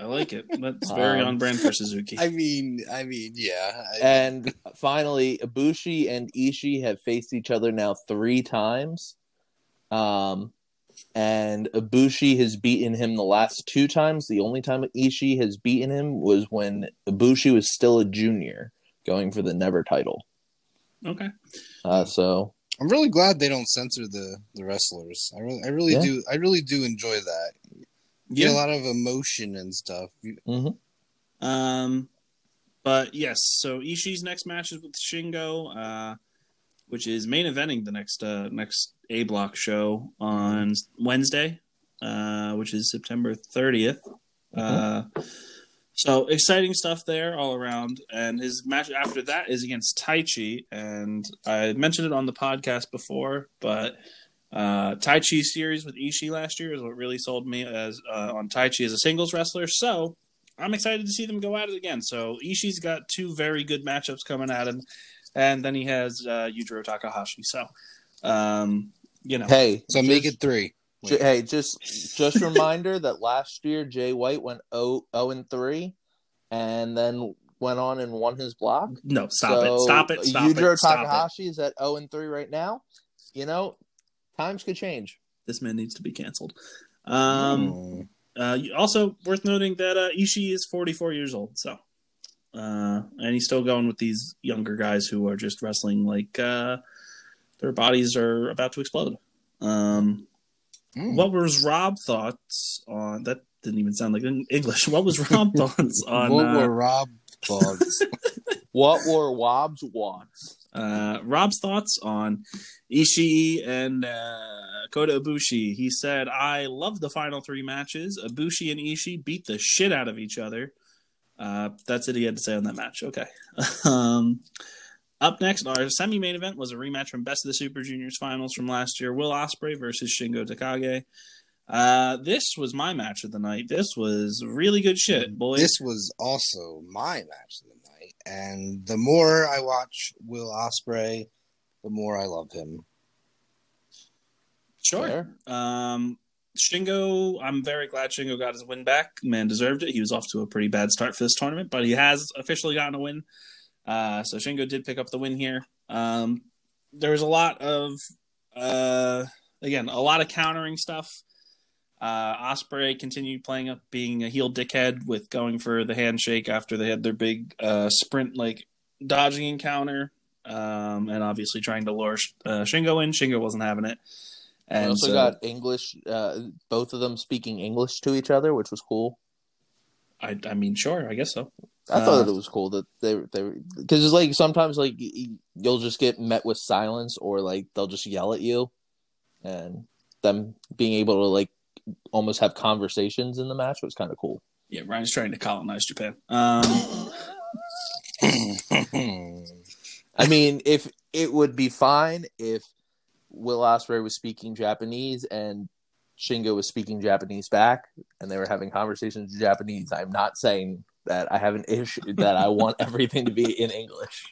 Speaker 1: I like it. That's very
Speaker 2: Um,
Speaker 1: on brand for Suzuki.
Speaker 3: I mean, I mean, yeah. I-
Speaker 2: and finally, Ibushi and Ishii have faced each other now three times. Um, and Ibushi has beaten him the last two times. The only time Ishii has beaten him was when Ibushi was still a junior, going for the never title.
Speaker 1: okay,
Speaker 2: Uh, so
Speaker 3: I'm really glad they don't censor the the wrestlers. I really, I really
Speaker 2: Yeah.
Speaker 3: do, I really do enjoy that. You Get a lot of emotion and stuff. You-
Speaker 1: Um, but yes, so Ishii's next match is with Shingo, uh, which is main eventing the next uh, next A Block show on Wednesday, uh, which is September 30th.
Speaker 2: Mm-hmm.
Speaker 1: Uh, so exciting stuff there all around. And his match after that is against Taichi, and I mentioned it on the podcast before, but. Uh, tai Chi series with Ishii last year is what really sold me as uh, on Tai Chi as a singles wrestler. So I'm excited to see them go at it again. So Ishii's got two very good matchups coming at him, and then he has uh, Yujiro Takahashi. So, um, you know,
Speaker 2: hey,
Speaker 3: So make it three.
Speaker 2: j- hey, just just oh, reminder that last year Jay White went 0 0 and three, and then went on and won his block.
Speaker 1: No, stop it. Stop it. Stop
Speaker 2: Yujiro
Speaker 1: it. Stop it.
Speaker 2: Takahashi is at 0 and 3 right now. You know, times could change.
Speaker 1: This man needs to be canceled. Um, uh, you- also worth noting that uh, Ishii is 44 years old, so uh, and he's still going with these younger guys who are just wrestling like uh, their bodies are about to explode. Um,
Speaker 3: Mm.
Speaker 1: What was Rob thoughts on that? Didn't even sound like Eng- English. What was Rob thoughts on
Speaker 3: what
Speaker 1: uh,
Speaker 3: were Mm. Rob thoughts?
Speaker 2: What were Wobbs wants?
Speaker 1: Uh, Rob's thoughts on Ishii and uh, Kota Ibushi. He said, "I love the final three matches. Ibushi and Ishii beat the shit out of each other." Uh, that's it he had to say on that match. Okay. um, up next, our semi-main event was a rematch from Best of the Super Juniors finals from last year: Will Ospreay versus Shingo Takagi. Uh, this was my match of the night. This was really good shit, boys.
Speaker 3: this was also my match of the night, and the more I watch Will Osprey, the more I love him.
Speaker 1: sure.
Speaker 2: Fair.
Speaker 1: Um, Shingo, I'm very glad Shingo got his win back. Man deserved it. He was off to a pretty bad start for this tournament, but he has officially gotten a win. Uh, so Shingo did pick up the win here. Um, there was a lot of, uh, again, a lot of countering stuff. Uh, Osprey continued playing up being a heel dickhead with going for the handshake after they had their big uh, sprint, like dodging encounter, um, and obviously trying to lure uh, Shingo in. Shingo wasn't having it.
Speaker 2: We
Speaker 1: And
Speaker 2: also
Speaker 1: so-
Speaker 2: got English, uh, both of them speaking English to each other, which was cool.
Speaker 1: I, I mean, sure, I guess so.
Speaker 2: I
Speaker 1: Uh,
Speaker 2: thought it was cool that they they because it's like sometimes like y- y- you'll just get met with silence or like they'll just yell at you, and them being able to like almost have conversations in the match was kind of cool.
Speaker 1: Yeah, Ryan's trying to colonize Japan. Um,
Speaker 2: I mean, if it would be fine if Will Ospreay was speaking Japanese and Shingo was speaking Japanese back, and they were having conversations in Japanese. I'm not saying that I have an issue that I want everything to be in English.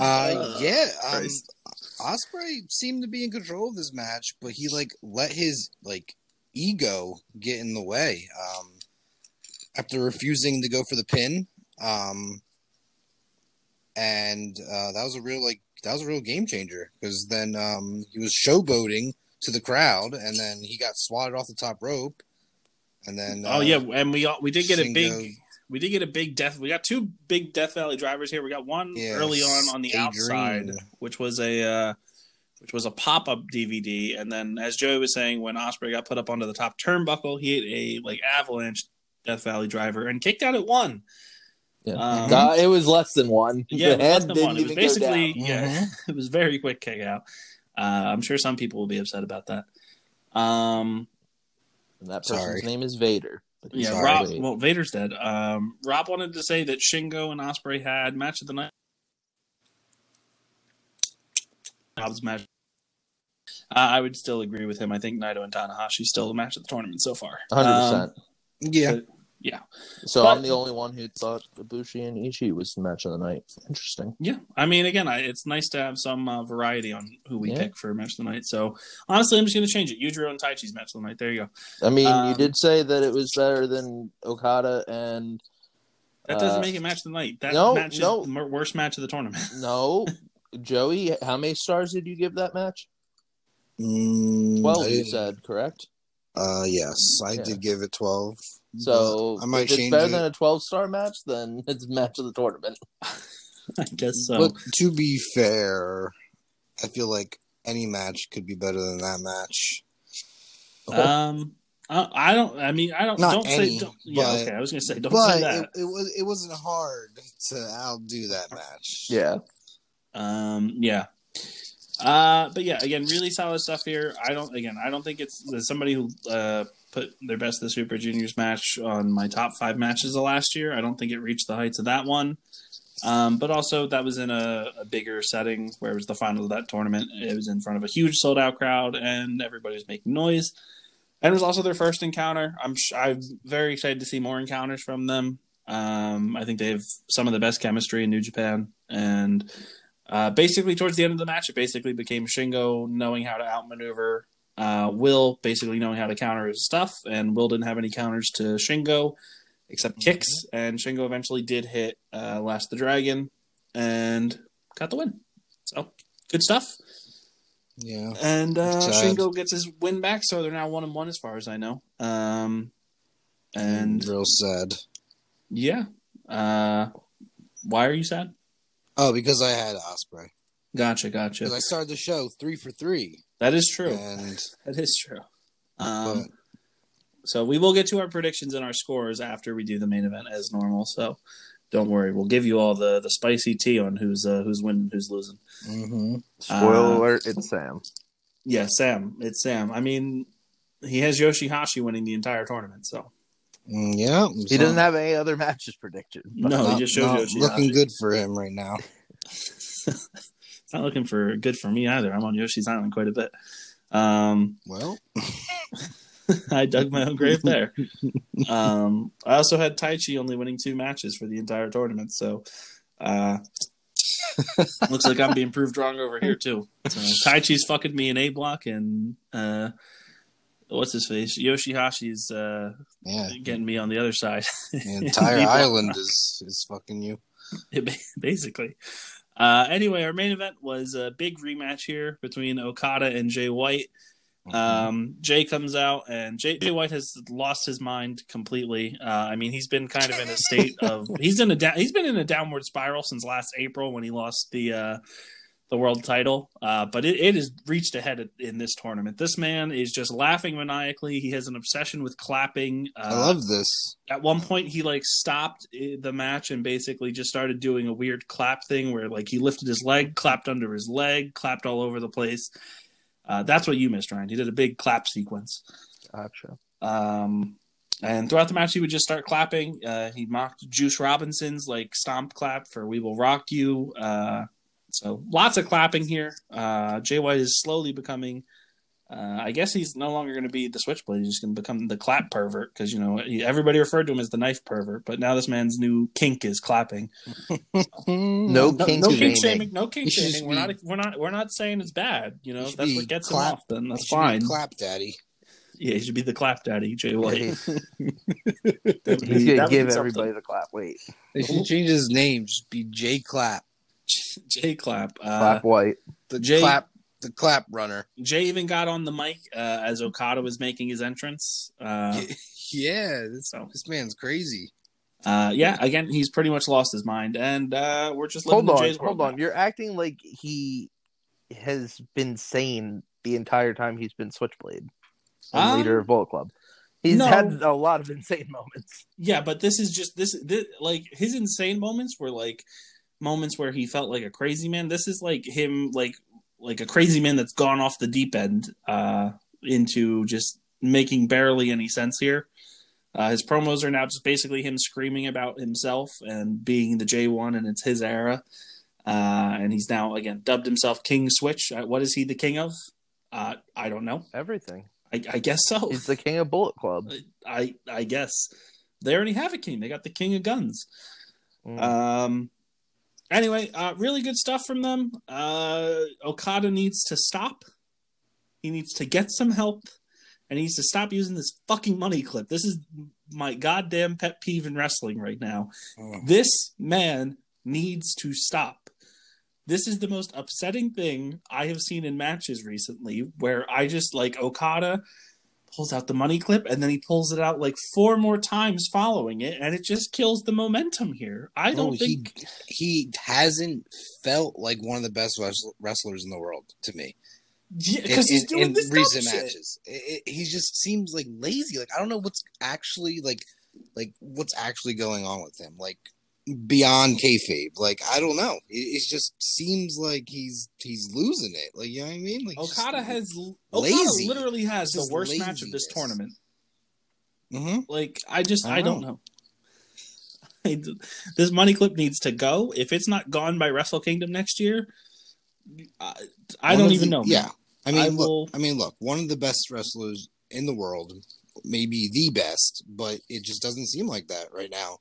Speaker 3: uh, yeah, um,
Speaker 1: Christ.
Speaker 3: Osprey seemed to be in control of this match, but he like let his like ego get in the way um, after refusing to go for the pin, um, and uh, that was a real like that was a real game changer because then um, he was showboating to the crowd, and then he got swatted off the top rope, and then
Speaker 1: oh
Speaker 3: uh,
Speaker 1: yeah, and we all, we did get a
Speaker 3: Shingo-
Speaker 1: big we did get a big death. We got two big Death Valley drivers here. We got one
Speaker 3: Yes,
Speaker 1: early on on the
Speaker 3: Adrian.
Speaker 1: outside, which was a uh, which was a pop up DVD, and then as Joey was saying, when Osprey got put up onto the top turnbuckle, he hit a like avalanche Death Valley driver and kicked out at one.
Speaker 2: Yeah.
Speaker 1: Um,
Speaker 2: Uh, it was less than one.
Speaker 1: Yeah, it was
Speaker 2: The
Speaker 1: less
Speaker 2: head
Speaker 1: than
Speaker 2: didn't
Speaker 1: one. It was
Speaker 2: even go down.
Speaker 1: basically yeah,
Speaker 3: Mm-hmm.
Speaker 1: it was very quick kick out. Uh, I'm sure some people will be upset about that. Um,
Speaker 2: And that person's
Speaker 3: Sorry.
Speaker 2: name is Vader. But he's
Speaker 1: yeah,
Speaker 2: not
Speaker 1: Rob.
Speaker 2: Vader.
Speaker 1: Well, Vader's dead. Um, Rob wanted to say that Shingo and Osprey had match of the night. Rob's match. Uh, I would still agree with him. I think Naito and Tanahashi still the match of the tournament so far.
Speaker 2: 100%.
Speaker 1: Um,
Speaker 3: Mm-hmm. yeah.
Speaker 2: so
Speaker 1: but-
Speaker 2: I'm the only one who thought Ibushi and Ishii was the match of the night. Interesting.
Speaker 1: yeah, I mean, again, I, it's nice to have some uh, variety on who we
Speaker 2: Yeah.
Speaker 1: pick for match of the night. So honestly, I'm just going to change it. Yujiro and Taichi's match of the night. There you go.
Speaker 2: I mean,
Speaker 1: Um,
Speaker 2: you did say that it was better than Okada and
Speaker 1: That doesn't
Speaker 2: Uh,
Speaker 1: make it match of the night. That
Speaker 2: no,
Speaker 1: match is
Speaker 2: no.
Speaker 1: the mer- worst match of the tournament.
Speaker 2: no. Joey, how many stars did you give that match?
Speaker 3: Mm, I
Speaker 2: Twelve, you
Speaker 3: didn't-
Speaker 2: said, correct?
Speaker 3: Uh, yes, I
Speaker 2: Yeah.
Speaker 3: did give it twelve.
Speaker 2: So
Speaker 3: But Mm-hmm. I might
Speaker 2: if it's
Speaker 3: change
Speaker 2: better
Speaker 3: it.
Speaker 2: than a twelve star match, then it's match of the tournament.
Speaker 1: I guess so.
Speaker 3: But to be fair, I feel like any match could be better than that match.
Speaker 1: Um, I, I don't. I mean, I don't.
Speaker 3: Not
Speaker 1: don't say.
Speaker 3: any,
Speaker 1: Don't, yeah,
Speaker 3: but-
Speaker 1: okay. I was gonna say, don't
Speaker 3: but
Speaker 1: say that.
Speaker 3: it, it was it wasn't hard to outdo that match.
Speaker 2: yeah.
Speaker 1: um, yeah. Uh, but yeah, again, really solid stuff here. I don't. Again, I don't think it's there's somebody who uh put their best of the Super Juniors match on my top five matches of last year. I don't think it reached the heights of that one. Um, but also that was in a, a bigger setting where it was the final of that tournament. It was in front of a huge sold out crowd and everybody was making noise. And it was also their first encounter. I'm sh- I'm very excited to see more encounters from them. Um, I think they have some of the best chemistry in New Japan. And uh, basically, towards the end of the match, it basically became Shingo knowing how to outmaneuver uh, Will, basically knowing how to counter his stuff. And Will didn't have any counters to Shingo, except kicks. And Shingo eventually did hit uh, Last the Dragon and got the win. So good stuff.
Speaker 3: Yeah.
Speaker 1: And uh,
Speaker 3: Good job.
Speaker 1: Shingo gets his win back, so they're now one and one as far as I know. Um, and
Speaker 3: real sad.
Speaker 1: yeah, uh, why are you sad?
Speaker 3: Oh, because I had Osprey.
Speaker 1: Gotcha, gotcha.
Speaker 3: Because I started the show three for three.
Speaker 1: That is true.
Speaker 3: And
Speaker 1: That is true. Um, so we will get to our predictions and our scores after we do the main event as normal. So don't worry, we'll give you all the the spicy tea on who's uh, who's winning, who's losing.
Speaker 3: but, mhm.
Speaker 2: Spoiler
Speaker 1: Uh,
Speaker 2: alert, it's Sam.
Speaker 1: Yeah, Sam. It's Sam. I mean, he has Yoshihashi winning the entire tournament. So
Speaker 3: Mm, yeah.
Speaker 2: He doesn't have any other matches predicted. but-
Speaker 1: No. he just showed Yoshi
Speaker 3: looking
Speaker 1: Hashi.
Speaker 3: good for him right now.
Speaker 1: it's not looking for good for me either. I'm on Yoshi's Island quite a bit. Um,
Speaker 3: Well,
Speaker 1: I dug my own grave there. Um, I also had Taichi only winning two matches for the entire tournament, so uh, looks like I'm being proved wrong over here too. So, Taichi's fucking me in A block, and uh, what's his face Yoshihashi's uh,
Speaker 3: yeah.
Speaker 1: getting me on the other side,
Speaker 3: The entire
Speaker 1: People-
Speaker 3: island is is fucking you.
Speaker 1: basically. Uh, anyway, our main event was a big rematch here between Okada and Jay White. Um, Jay comes out, and Jay, Jay White has lost his mind completely. Uh, I mean, he's been kind of in a state of he's in a down he's been in a downward spiral since last April when he lost the uh, the world title. Uh, but it, it has reached ahead in this tournament. This man is just laughing maniacally. He has an obsession with clapping. Uh,
Speaker 3: I love this.
Speaker 1: at one point he like stopped i- the match and basically just started doing a weird clap thing where like he lifted his leg clapped under his leg clapped all over the place uh, that's what you missed ryan he did a big clap sequence
Speaker 2: Gotcha.
Speaker 1: um, and throughout the match he would just start clapping uh, he mocked juice robinson's like stomp clap for we will rock you uh, so lots of clapping here uh, jay white is slowly becoming uh, I guess he's no longer going to be the switchblade. He's just going to become the clap pervert because you know he- everybody referred to him as the knife pervert, but now this man's new kink is clapping.
Speaker 3: Mm,
Speaker 2: No
Speaker 1: No,
Speaker 2: kink
Speaker 1: no
Speaker 2: shaming.
Speaker 1: kink shaming. No kink
Speaker 3: He should
Speaker 1: shaming.
Speaker 3: just be-
Speaker 1: We're not. We're not. We're not saying it's bad. You know,
Speaker 3: He
Speaker 1: if
Speaker 3: should
Speaker 1: that's
Speaker 3: be
Speaker 1: what gets
Speaker 3: clap-
Speaker 1: him off. Then that's
Speaker 3: Should be
Speaker 1: fine.
Speaker 3: Clap daddy.
Speaker 1: Yeah, he should be the clap daddy, Jay White. That would be-
Speaker 2: He's
Speaker 1: that
Speaker 2: gonna
Speaker 1: would be
Speaker 2: give
Speaker 1: something.
Speaker 2: everybody the clap. Wait,
Speaker 3: They should change his name. Just be Jay Clap.
Speaker 1: Jay clap. Uh,
Speaker 2: clap white.
Speaker 3: The
Speaker 1: Jay-
Speaker 3: clap. The clap runner.
Speaker 1: Jay even got on the mic uh, as Okada was making his entrance. Uh,
Speaker 3: yeah. This,
Speaker 1: so
Speaker 3: this man's crazy.
Speaker 1: uh, yeah, again, he's pretty much lost his mind, and uh, we're just living
Speaker 2: Hold
Speaker 1: in
Speaker 2: on,
Speaker 1: Jay's world
Speaker 2: hold on.
Speaker 1: now.
Speaker 2: You're acting like he has been sane the entire time he's been Switchblade and
Speaker 1: Um,
Speaker 2: leader of Bullet Club. He's
Speaker 1: no.
Speaker 2: had a lot of insane moments.
Speaker 1: Yeah, but this is just this, this like his insane moments were like moments where he felt like a crazy man. This is like him like like a crazy man that's gone off the deep end uh into just making barely any sense here. Uh, his promos are now just basically him screaming about himself and being the J1 and it's his era. Uh, and he's now again dubbed himself King Switch. Uh, What is he the king of? Uh, I don't know.
Speaker 2: Everything.
Speaker 1: I, I guess so.
Speaker 2: He's the king of Bullet Club.
Speaker 1: I I guess they already have a king. They got the king of guns.
Speaker 2: Mm.
Speaker 1: Um. Anyway, uh, really good stuff from them. Uh, Okada needs to stop. He needs to get some help, and he needs to stop using this fucking money clip. This is my goddamn pet peeve in wrestling right now.
Speaker 3: Mm.
Speaker 1: This man needs to stop. This is the most upsetting thing I have seen in matches recently where I just like Okada pulls out the money clip and then he pulls it out like four more times following it and it just kills the momentum here. I
Speaker 3: No, Oh,
Speaker 1: don't
Speaker 3: he-
Speaker 1: think
Speaker 3: He hasn't felt like one of the best wres- wrestlers in the world to me.
Speaker 1: because he's doing this dumb
Speaker 3: recent
Speaker 1: shit.
Speaker 3: matches. It, it, he just seems like lazy. Like I don't know what's actually like, like what's actually going on with him. Like beyond kayfabe. Like I don't know. It, it just seems like he's he's losing it. Like you know what I mean? Like he's
Speaker 1: Okada
Speaker 3: just-
Speaker 1: has Okada
Speaker 3: lazy.
Speaker 1: literally has the
Speaker 3: Just
Speaker 1: worst match of this
Speaker 3: laziness.
Speaker 1: tournament.
Speaker 3: Mhm.
Speaker 1: Like I just I,
Speaker 3: I
Speaker 1: don't
Speaker 3: don't
Speaker 1: know. I d- this money clip needs to go. If it's not gone by Wrestle Kingdom next year, I, I
Speaker 3: One
Speaker 1: don't
Speaker 3: of
Speaker 1: even
Speaker 3: the-
Speaker 1: know. man.
Speaker 3: Yeah. I mean,
Speaker 1: I
Speaker 3: look.
Speaker 1: will-
Speaker 3: I mean, look. One of the best wrestlers in the world, maybe the best, but it just doesn't seem like that right now.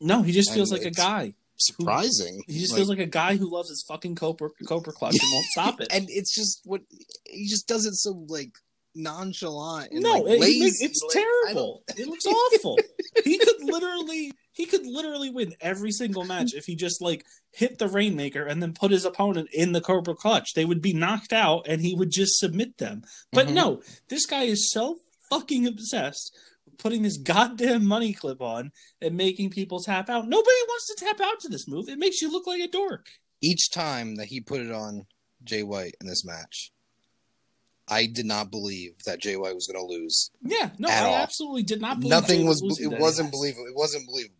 Speaker 1: No, he just feels
Speaker 3: And
Speaker 1: like a
Speaker 3: it's-
Speaker 1: guy.
Speaker 3: Surprising.
Speaker 1: He just feels like a guy who loves his fucking Cobra, Cobra Clutch and won't stop it.
Speaker 3: and it's just what he just does it so like nonchalant. And,
Speaker 1: No,
Speaker 3: like,
Speaker 1: it-
Speaker 3: lazy.
Speaker 1: it- it's
Speaker 3: like, I don't-
Speaker 1: terrible. It looks awful. he could literally he could literally win every single match if he just like hit the rainmaker and then put his opponent in the cobra clutch. They would be knocked out and he would just submit them. But
Speaker 3: Mhm.
Speaker 1: no, this guy is so fucking obsessed with putting this goddamn money clip on and making people tap out. Nobody wants to tap out to this move. It makes you look like a dork.
Speaker 3: Each time that he put it on Jay White in this match, I did not believe that Jay White was going to lose.
Speaker 1: Yeah, no,
Speaker 3: At
Speaker 1: I
Speaker 3: all.
Speaker 1: absolutely did not believe
Speaker 3: Nothing
Speaker 1: Jay
Speaker 3: was.
Speaker 1: losing
Speaker 3: It
Speaker 1: that.
Speaker 3: wasn't believable. It wasn't believable.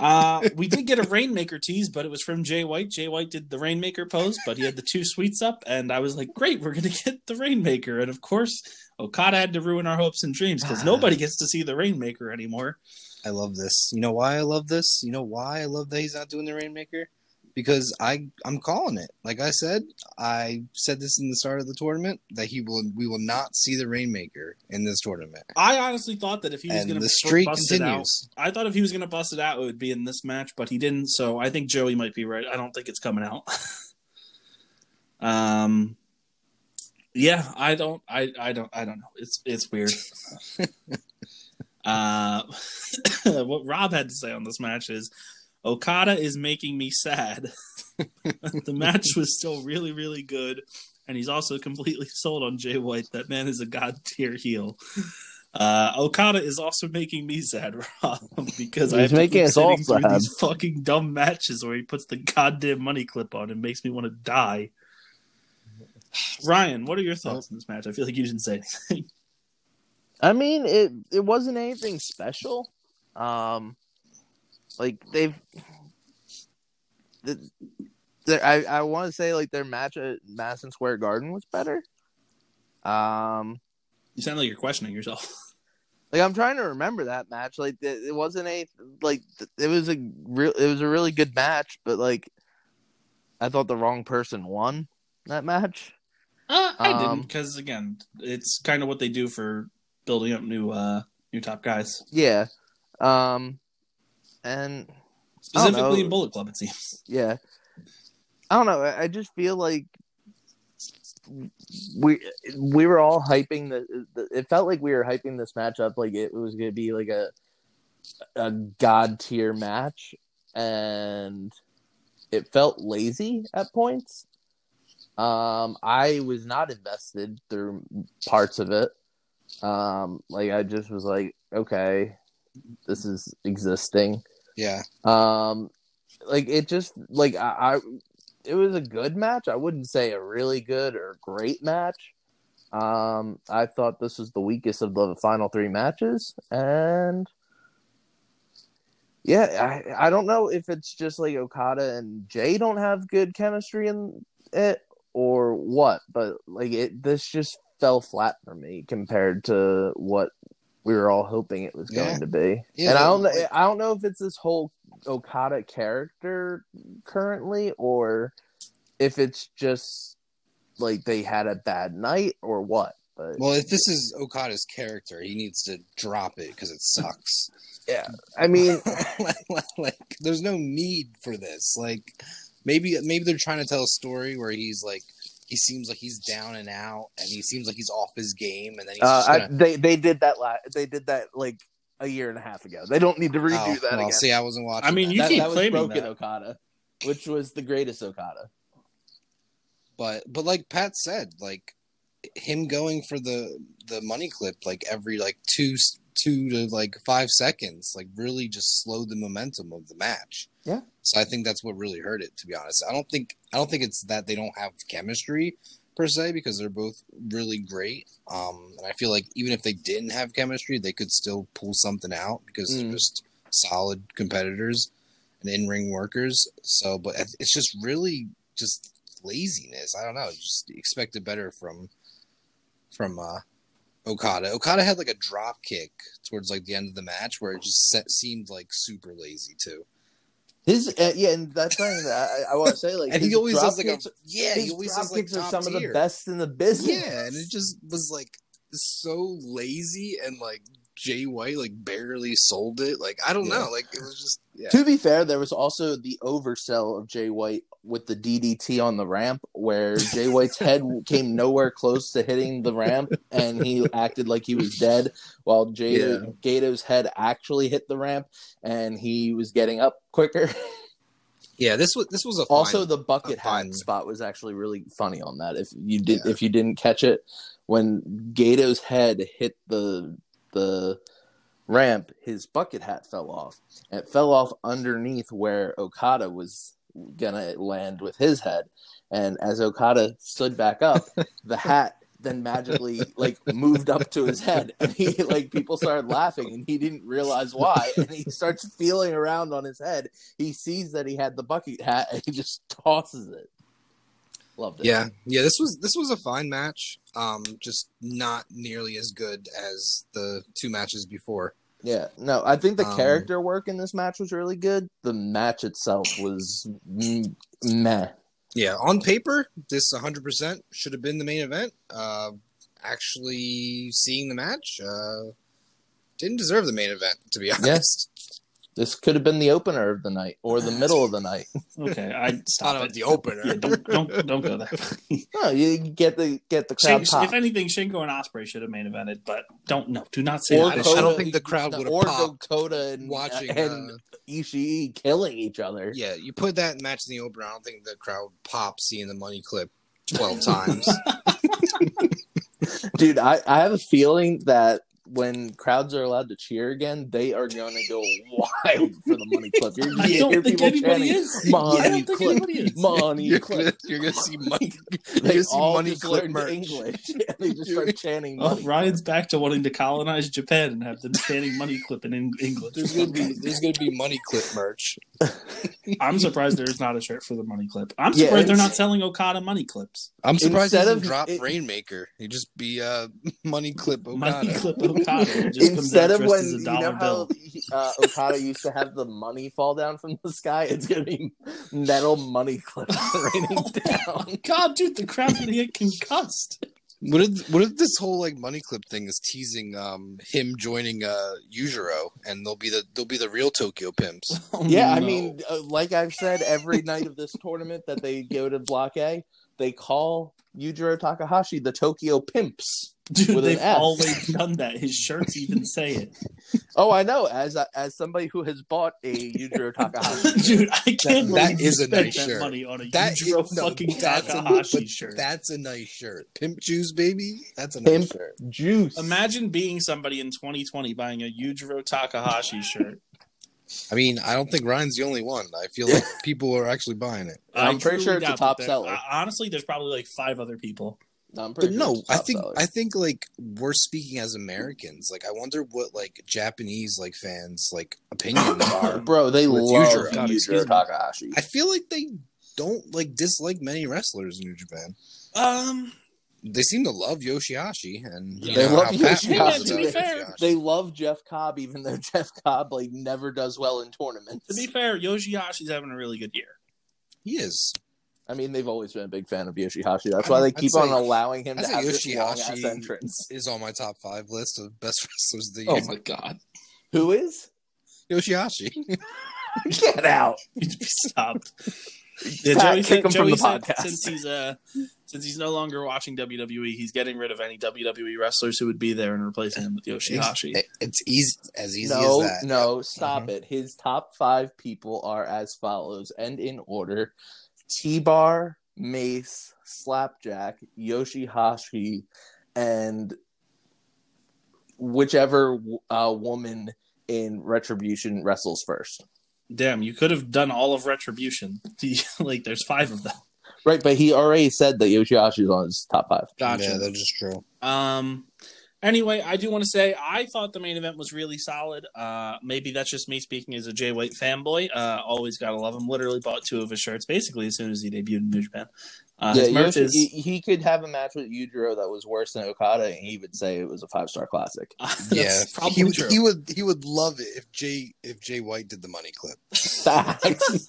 Speaker 1: Uh, we did get a rainmaker tease, but it was from Jay White. Jay White did the rainmaker pose, but he had the two sweets up, and I was like, "Great, we're gonna get the rainmaker." And of course, Okada had to ruin our hopes and dreams because nobody gets to see the rainmaker anymore.
Speaker 3: I love this. You know why I love this? You know why I love that he's not doing the Rainmaker? Because I I'm calling it. Like I said, I said this in the start of the tournament that he will we will not see the Rainmaker in this tournament.
Speaker 1: I honestly thought that if he was
Speaker 3: And
Speaker 1: gonna
Speaker 3: the streak
Speaker 1: bust it out,
Speaker 3: continues.
Speaker 1: I thought if he was gonna bust it out, it would be in this match, but he didn't. So I think Joey might be right. I don't think it's coming out. um. Yeah, I don't, I, I don't, I don't know. It's, it's weird. Uh, what Rob had to say on this match is Okada is making me sad. the match was still really, really good. And he's also completely sold on Jay White. That man is a god tier heel. Uh, Okada is also making me sad, Rob, because I
Speaker 2: He's
Speaker 1: have to
Speaker 2: making
Speaker 1: keep
Speaker 2: us all
Speaker 1: sitting through
Speaker 2: sad.
Speaker 1: these fucking dumb matches where he puts the goddamn money clip on and makes me want to die. Ryan, what are your thoughts on this match? I feel like you didn't say anything.
Speaker 2: I mean, it it wasn't anything special. Um, like they've, the, their- I I want to say like their match at Madison Square Garden was better. Um,
Speaker 1: You sound like you're questioning yourself.
Speaker 2: like I'm trying to remember that match. Like th- it wasn't a like th- it was a real it was a really good match, but like I thought the wrong person won that match.
Speaker 1: Uh, I didn't
Speaker 2: Um,
Speaker 1: because again, it's kind of what they do for building up new uh new top guys,
Speaker 2: Yeah. Um, and I don't know.
Speaker 1: specifically in Bullet Club. It seems
Speaker 2: Yeah. I don't know. I I just feel like we we were all hyping the, the it felt like we were hyping this match up like it was going to be like a a god tier match and it felt lazy at points. Um I was not invested through parts of it. Um like I just was like okay this is existing.
Speaker 3: Yeah.
Speaker 2: Um, like it just like I, I, it was a good match. I wouldn't say a really good or great match. Um, I thought this was the weakest of the final three matches, and yeah, I I don't know if it's just like Okada and Jay don't have good chemistry in it or what, but like it this just fell flat for me compared to what we were all hoping it was
Speaker 3: Yeah.
Speaker 2: going to be
Speaker 3: Yeah,
Speaker 2: and I don't know.
Speaker 3: like-
Speaker 2: I don't know if it's this whole Okada character currently, or if it's just like they had a bad night or what. But
Speaker 3: Well, if this is Okada's character, he needs to drop it because it sucks.
Speaker 2: I mean,
Speaker 3: like, there's no need for this. Like, maybe maybe they're trying to tell a story where he's like, he seems like he's down and out, and he seems like he's off his game, and then he's
Speaker 2: uh,
Speaker 3: just
Speaker 2: I,
Speaker 3: gonna,
Speaker 2: they they did that. La- they did that like a year and a half ago. They don't need to redo
Speaker 3: Oh,
Speaker 2: that
Speaker 3: well,
Speaker 2: again.
Speaker 3: See, I wasn't watching.
Speaker 1: I mean,
Speaker 3: that.
Speaker 1: you
Speaker 2: that,
Speaker 1: keep
Speaker 2: that was
Speaker 1: claiming
Speaker 2: broken
Speaker 1: that.
Speaker 2: Okada, which was the greatest Okada.
Speaker 3: but but like Pat said, like him going for the the money clip like every like two two to like five seconds, like really just slowed the momentum of the match.
Speaker 2: Yeah.
Speaker 3: So I think that's what really hurt it. To be honest, I don't think I don't think it's that they don't have chemistry per se because they're both really great. Um, and I feel like even if they didn't have chemistry, they could still pull something out because
Speaker 2: Mm.
Speaker 3: they're just solid competitors and in ring workers. So, but it's just really just laziness. I don't know. Just expected better from from uh, Okada. Okada had like a drop kick towards like the end of the match where it just se- seemed like super lazy too.
Speaker 2: His uh, yeah, and that's something that I, I want to say. Like,
Speaker 3: and he
Speaker 2: his
Speaker 3: always does
Speaker 2: drop
Speaker 3: like a
Speaker 2: kicks-
Speaker 3: yeah.
Speaker 2: his
Speaker 3: He always
Speaker 2: drop
Speaker 3: does like
Speaker 2: kicks
Speaker 3: top
Speaker 2: are some of the
Speaker 3: tier.
Speaker 2: best in the business.
Speaker 3: Yeah, and it just was like so lazy and like Jay White like barely sold it. Like I don't
Speaker 2: Yeah.
Speaker 3: know. Like it was just yeah.
Speaker 2: To be fair, there was also the oversell of Jay White with the DDT on the ramp, where Jay White's head came nowhere close to hitting the ramp, and he acted like he was dead, while Jay
Speaker 3: Yeah.
Speaker 2: Gato's head actually hit the ramp, and he was getting up quicker.
Speaker 3: Yeah, this was this was a
Speaker 2: also,
Speaker 3: fine-
Speaker 2: the bucket
Speaker 3: A
Speaker 2: hat
Speaker 3: fine-
Speaker 2: spot was actually really funny on that. If you did, if you didn't catch it, when Gato's head hit the the ramp, his bucket hat fell off. It fell off underneath where Okada was gonna land with his head, and as Okada stood back up, the hat then magically like moved up to his head, and he like people started laughing, and he didn't realize why, and he starts feeling around on his head. He sees that he had the bucket hat, and he just tosses it. Loved it.
Speaker 3: yeah yeah this was this was a fine match. Um, just not nearly as good as the two matches before.
Speaker 2: Yeah, no, I think the
Speaker 3: Um,
Speaker 2: character work in this match was really good. The match itself was mm, meh.
Speaker 3: Yeah, on paper, this 100% should have been the main event. Uh, actually, seeing the match, uh, didn't deserve the main event, to be honest.
Speaker 2: This could have been the opener of the night or the middle of the night.
Speaker 1: Okay, I
Speaker 3: It's not
Speaker 1: stop
Speaker 3: about
Speaker 1: it.
Speaker 3: the opener.
Speaker 1: Yeah, don't don't don't go there.
Speaker 2: No, you get the get the crowd
Speaker 1: Shin-
Speaker 2: pop.
Speaker 1: if anything, Shingo and Osprey should have main evented, but don't no, do not say
Speaker 2: Or
Speaker 1: that.
Speaker 3: I
Speaker 2: Coda-
Speaker 3: don't think the crowd would have
Speaker 2: or
Speaker 3: popped
Speaker 2: Dakota and
Speaker 3: Watching,
Speaker 2: and
Speaker 3: uh,
Speaker 2: Ishii killing each other.
Speaker 3: yeah, you put that match in the opener, I don't think the crowd popped seeing the money clip 12 times.
Speaker 2: Dude, I, I have a feeling that when crowds are allowed to cheer again, they are going to go wild for the money clip. You're going
Speaker 1: I
Speaker 2: to
Speaker 1: don't
Speaker 2: hear
Speaker 1: think
Speaker 2: people
Speaker 1: anybody
Speaker 2: chanting,
Speaker 1: is.
Speaker 2: money
Speaker 1: I don't think
Speaker 2: clip,
Speaker 1: anybody is.
Speaker 2: money clip.
Speaker 3: you're gonna see money.
Speaker 2: They all just learned English. and they just start chanting
Speaker 1: Oh,
Speaker 2: money.
Speaker 1: Ryan's back to wanting to colonize Japan and have them standing money clipping in England.
Speaker 3: There's gonna be there's gonna be money clip merch.
Speaker 1: I'm surprised there's not a shirt for the money clip. I'm
Speaker 2: Yeah,
Speaker 1: surprised they're
Speaker 2: it's-
Speaker 1: not selling Okada money clips.
Speaker 3: I'm surprised he
Speaker 2: Instead
Speaker 3: didn't
Speaker 2: of-
Speaker 3: drop
Speaker 2: it-
Speaker 3: Rainmaker. He'd just be uh money clip
Speaker 1: Money
Speaker 3: Okada.
Speaker 1: clip Okada. It just
Speaker 2: Instead
Speaker 1: comes out
Speaker 2: of
Speaker 1: dressed
Speaker 2: when
Speaker 1: as a
Speaker 2: you
Speaker 1: dollar
Speaker 2: know how
Speaker 1: bill.
Speaker 2: he- uh, Okada used to have the money fall down from the sky, it's gonna be metal money clips raining
Speaker 1: Oh,
Speaker 2: down.
Speaker 1: God, dude, the crowd's gonna get concussed.
Speaker 3: What if what if this whole like money clip thing is teasing um him joining uh Yujiro and they'll be the they'll be the real Tokyo pimps.
Speaker 1: Oh,
Speaker 2: Yeah, I
Speaker 1: no.
Speaker 2: mean, uh, like I've said every night of this tournament that they go to Block A, they call Yujiro Takahashi the Tokyo Pimps.
Speaker 1: dude,
Speaker 2: with an
Speaker 1: they've
Speaker 2: F.
Speaker 1: always done that. His shirts even say it.
Speaker 2: Oh, I know. As as somebody who has bought a Yujiro Takahashi,
Speaker 1: Dude, I
Speaker 3: that
Speaker 1: can't believe you
Speaker 3: is a
Speaker 1: spent
Speaker 3: nice
Speaker 1: that
Speaker 3: shirt.
Speaker 1: money on a
Speaker 3: That is-
Speaker 1: Yujiro
Speaker 3: no,
Speaker 1: fucking
Speaker 3: that's a-
Speaker 1: Takahashi
Speaker 3: but
Speaker 1: shirt.
Speaker 3: That's a nice shirt. Pimp Jews, baby. That's a
Speaker 2: Pimp
Speaker 3: nice shirt.
Speaker 2: juice.
Speaker 1: Imagine being somebody in 2020 buying a Yujiro Takahashi shirt.
Speaker 3: I mean, I don't think Ryan's the only one. I feel like people are actually buying it.
Speaker 2: And I'm
Speaker 1: I truly
Speaker 2: pretty sure it's a
Speaker 1: doubt
Speaker 2: top
Speaker 1: that-
Speaker 2: seller.
Speaker 1: I- honestly, there's probably like five other people.
Speaker 2: I'm
Speaker 3: But
Speaker 2: pretty sure
Speaker 3: no,
Speaker 2: it's
Speaker 3: I
Speaker 2: top
Speaker 3: think
Speaker 2: seller.
Speaker 3: I think like we're speaking as Americans. Like I wonder what like Japanese like fans like opinions are.
Speaker 2: bro, they
Speaker 3: with
Speaker 2: love
Speaker 3: Yujiro.
Speaker 2: Yujiro,
Speaker 1: God, excuse me.
Speaker 2: Takahashi.
Speaker 3: I feel like they don't like dislike many wrestlers in New Japan.
Speaker 1: Um,
Speaker 3: They seem to love Yoshihashi, and you
Speaker 1: They
Speaker 3: know
Speaker 2: love
Speaker 3: how Pat
Speaker 2: Yoshihashi.
Speaker 3: feels
Speaker 1: To be
Speaker 3: about
Speaker 1: fair,
Speaker 3: Yoshihashi.
Speaker 2: They love Jeff Cobb, even though Jeff Cobb like never does well in tournaments.
Speaker 1: to be fair, Yoshihashi's having a really good year.
Speaker 3: he is.
Speaker 2: I mean, they've always been a big fan of Yoshihashi. That's
Speaker 3: I'd-
Speaker 2: why they
Speaker 3: I'd
Speaker 2: keep
Speaker 3: say-
Speaker 2: on allowing him
Speaker 3: I'd
Speaker 2: to
Speaker 3: say
Speaker 2: have this long ass
Speaker 3: Yoshihashi-
Speaker 2: entrance.
Speaker 3: Is on my top five list of best wrestlers of the
Speaker 1: Oh
Speaker 3: year.
Speaker 1: my god,
Speaker 2: Who is?
Speaker 3: Yoshihashi.
Speaker 2: Get out!
Speaker 1: you to be stopped. Yeah,
Speaker 2: Pat,
Speaker 1: Joey,
Speaker 2: kick
Speaker 1: said,
Speaker 2: him from
Speaker 1: Joey
Speaker 2: the
Speaker 1: said
Speaker 2: podcast.
Speaker 1: since he's uh since he's no longer watching WWE, he's getting rid of any WWE wrestlers who would be there and replacing him with Yoshihashi.
Speaker 3: It- It's easy as easy
Speaker 2: No,
Speaker 3: as that.
Speaker 2: no, stop it. His top five people are as follows, and in order: T Bar, Mace, Slapjack, Yoshihashi, and whichever uh, woman in Retribution wrestles first.
Speaker 1: Damn, you could have done all of Retribution. like, there's five of them.
Speaker 2: Right, but he already said that Yoshihashi's on his top five.
Speaker 3: Yeah, that's just true.
Speaker 1: Um. Anyway, I do want to say I thought the main event was really solid. Uh, maybe that's just me speaking as a Jay White fanboy. Uh, always gotta love him. Literally bought two of his shirts basically as soon as he debuted in New Japan. Uh,
Speaker 2: yeah,
Speaker 1: his merch
Speaker 2: Yoshi-
Speaker 1: is.
Speaker 2: he, he could have a match with Yujiro that was worse than Okada, and he would say it was a five star classic.
Speaker 1: that's
Speaker 3: Yeah,
Speaker 1: probably
Speaker 3: he, would-
Speaker 1: true.
Speaker 3: he would he would love it if Jay if Jay White did the money clip.
Speaker 2: Facts.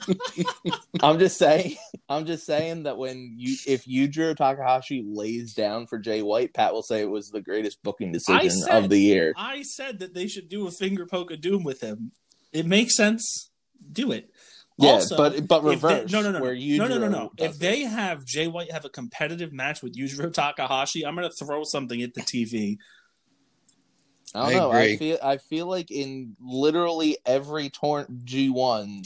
Speaker 2: I'm just saying. I'm just saying that when you, if Yujiro Takahashi lays down for Jay White, Pat will say it was the greatest booking decision
Speaker 1: said-
Speaker 2: of the year.
Speaker 1: I said that they should do a finger poke of doom with him. It makes sense. Do it.
Speaker 2: Yeah,
Speaker 1: Also,
Speaker 2: but but
Speaker 1: If they-
Speaker 2: reverse.
Speaker 1: no, no, no,
Speaker 2: Where
Speaker 1: no, no, no,
Speaker 2: Yujiro
Speaker 1: no.
Speaker 2: does
Speaker 1: If
Speaker 2: it.
Speaker 1: they have Jay White have a competitive match with Yujiro Takahashi, I'm gonna throw something at the TV.
Speaker 2: I
Speaker 3: I
Speaker 2: don't know. I
Speaker 3: agree.
Speaker 2: feel I feel like in literally every torrent G one,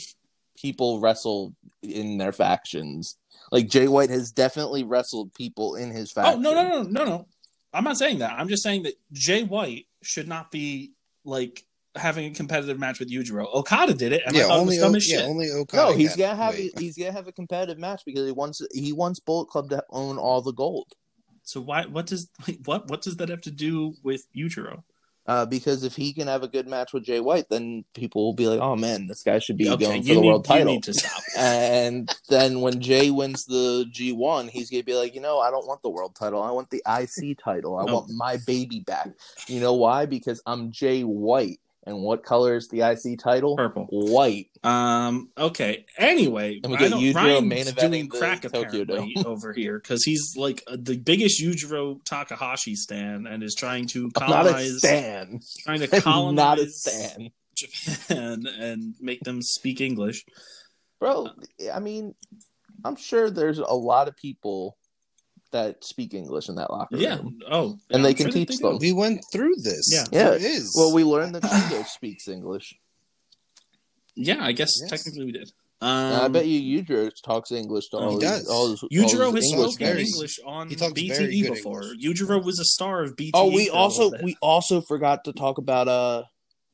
Speaker 2: people wrestle in their factions. Like Jay White has definitely wrestled people in his
Speaker 1: Oh
Speaker 2: faction.
Speaker 1: no, no, no, no, no. I'm not saying that. I'm just saying that Jay White should not be like having a competitive match with Yujiro. Okada did it, and I
Speaker 3: yeah,
Speaker 1: thought
Speaker 3: only
Speaker 1: it was dumb
Speaker 3: O-
Speaker 1: as
Speaker 3: yeah,
Speaker 1: shit.
Speaker 3: only Okada.
Speaker 2: No, he's
Speaker 3: got-
Speaker 2: gonna have
Speaker 3: wait.
Speaker 2: he's gonna have a competitive match because he wants he wants Bullet Club to own all the gold.
Speaker 1: So why? What does wait, what what does that have to do with Yujiro?
Speaker 2: Uh, because if he can have a good match with Jay White, then people will be like, "Oh man, this guy should be going for
Speaker 1: you
Speaker 2: the
Speaker 1: need-
Speaker 2: world
Speaker 1: you
Speaker 2: title."
Speaker 1: need to stop.
Speaker 2: and then when Jay wins the G1, he's gonna be like, you know, I don't want the world title. I want the IC title. I
Speaker 1: No.
Speaker 2: want my baby back. You know why? Because I'm Jay White. And what color is the IC title?
Speaker 1: Purple.
Speaker 2: White.
Speaker 1: Um. Okay. Anyway,
Speaker 2: And we
Speaker 1: I
Speaker 2: get
Speaker 1: know
Speaker 2: Yujiro
Speaker 1: Ryan's
Speaker 2: main eventing
Speaker 1: doing
Speaker 2: the
Speaker 1: crack
Speaker 2: Tokyo Dome.
Speaker 1: apparently over here because he's like uh, the biggest Yujiro Takahashi stan and is trying to
Speaker 2: I'm not a
Speaker 1: colonize,
Speaker 2: stan.
Speaker 1: trying to
Speaker 2: I'm not a
Speaker 1: colonize
Speaker 2: stan,
Speaker 1: Japan and make them speak English.
Speaker 2: bro. I mean, I'm sure there's a lot of people that speak English in that locker
Speaker 1: Yeah.
Speaker 2: room.
Speaker 1: Oh,
Speaker 2: And they
Speaker 1: I'm
Speaker 2: can
Speaker 1: sure that
Speaker 2: teach
Speaker 1: they do.
Speaker 2: them.
Speaker 3: We went through this.
Speaker 1: Yeah.
Speaker 2: Yeah.
Speaker 3: There is.
Speaker 2: Well, we learned that Shingo speaks English.
Speaker 1: Yeah, I guess
Speaker 3: Yes.
Speaker 1: technically we did.
Speaker 2: And
Speaker 1: Um,
Speaker 2: I bet you oh, Yujiro talks English to
Speaker 1: He
Speaker 2: all
Speaker 3: does.
Speaker 2: his, all his all
Speaker 1: Yujiro has
Speaker 2: his English
Speaker 1: spoken
Speaker 3: very-
Speaker 2: guys.
Speaker 1: English on
Speaker 3: he talks very
Speaker 1: BTE
Speaker 3: good
Speaker 1: before.
Speaker 3: English.
Speaker 1: Yujiro was a star of BTE.
Speaker 2: Oh, we
Speaker 1: for a little
Speaker 2: also
Speaker 1: bit.
Speaker 2: we also forgot to talk about uh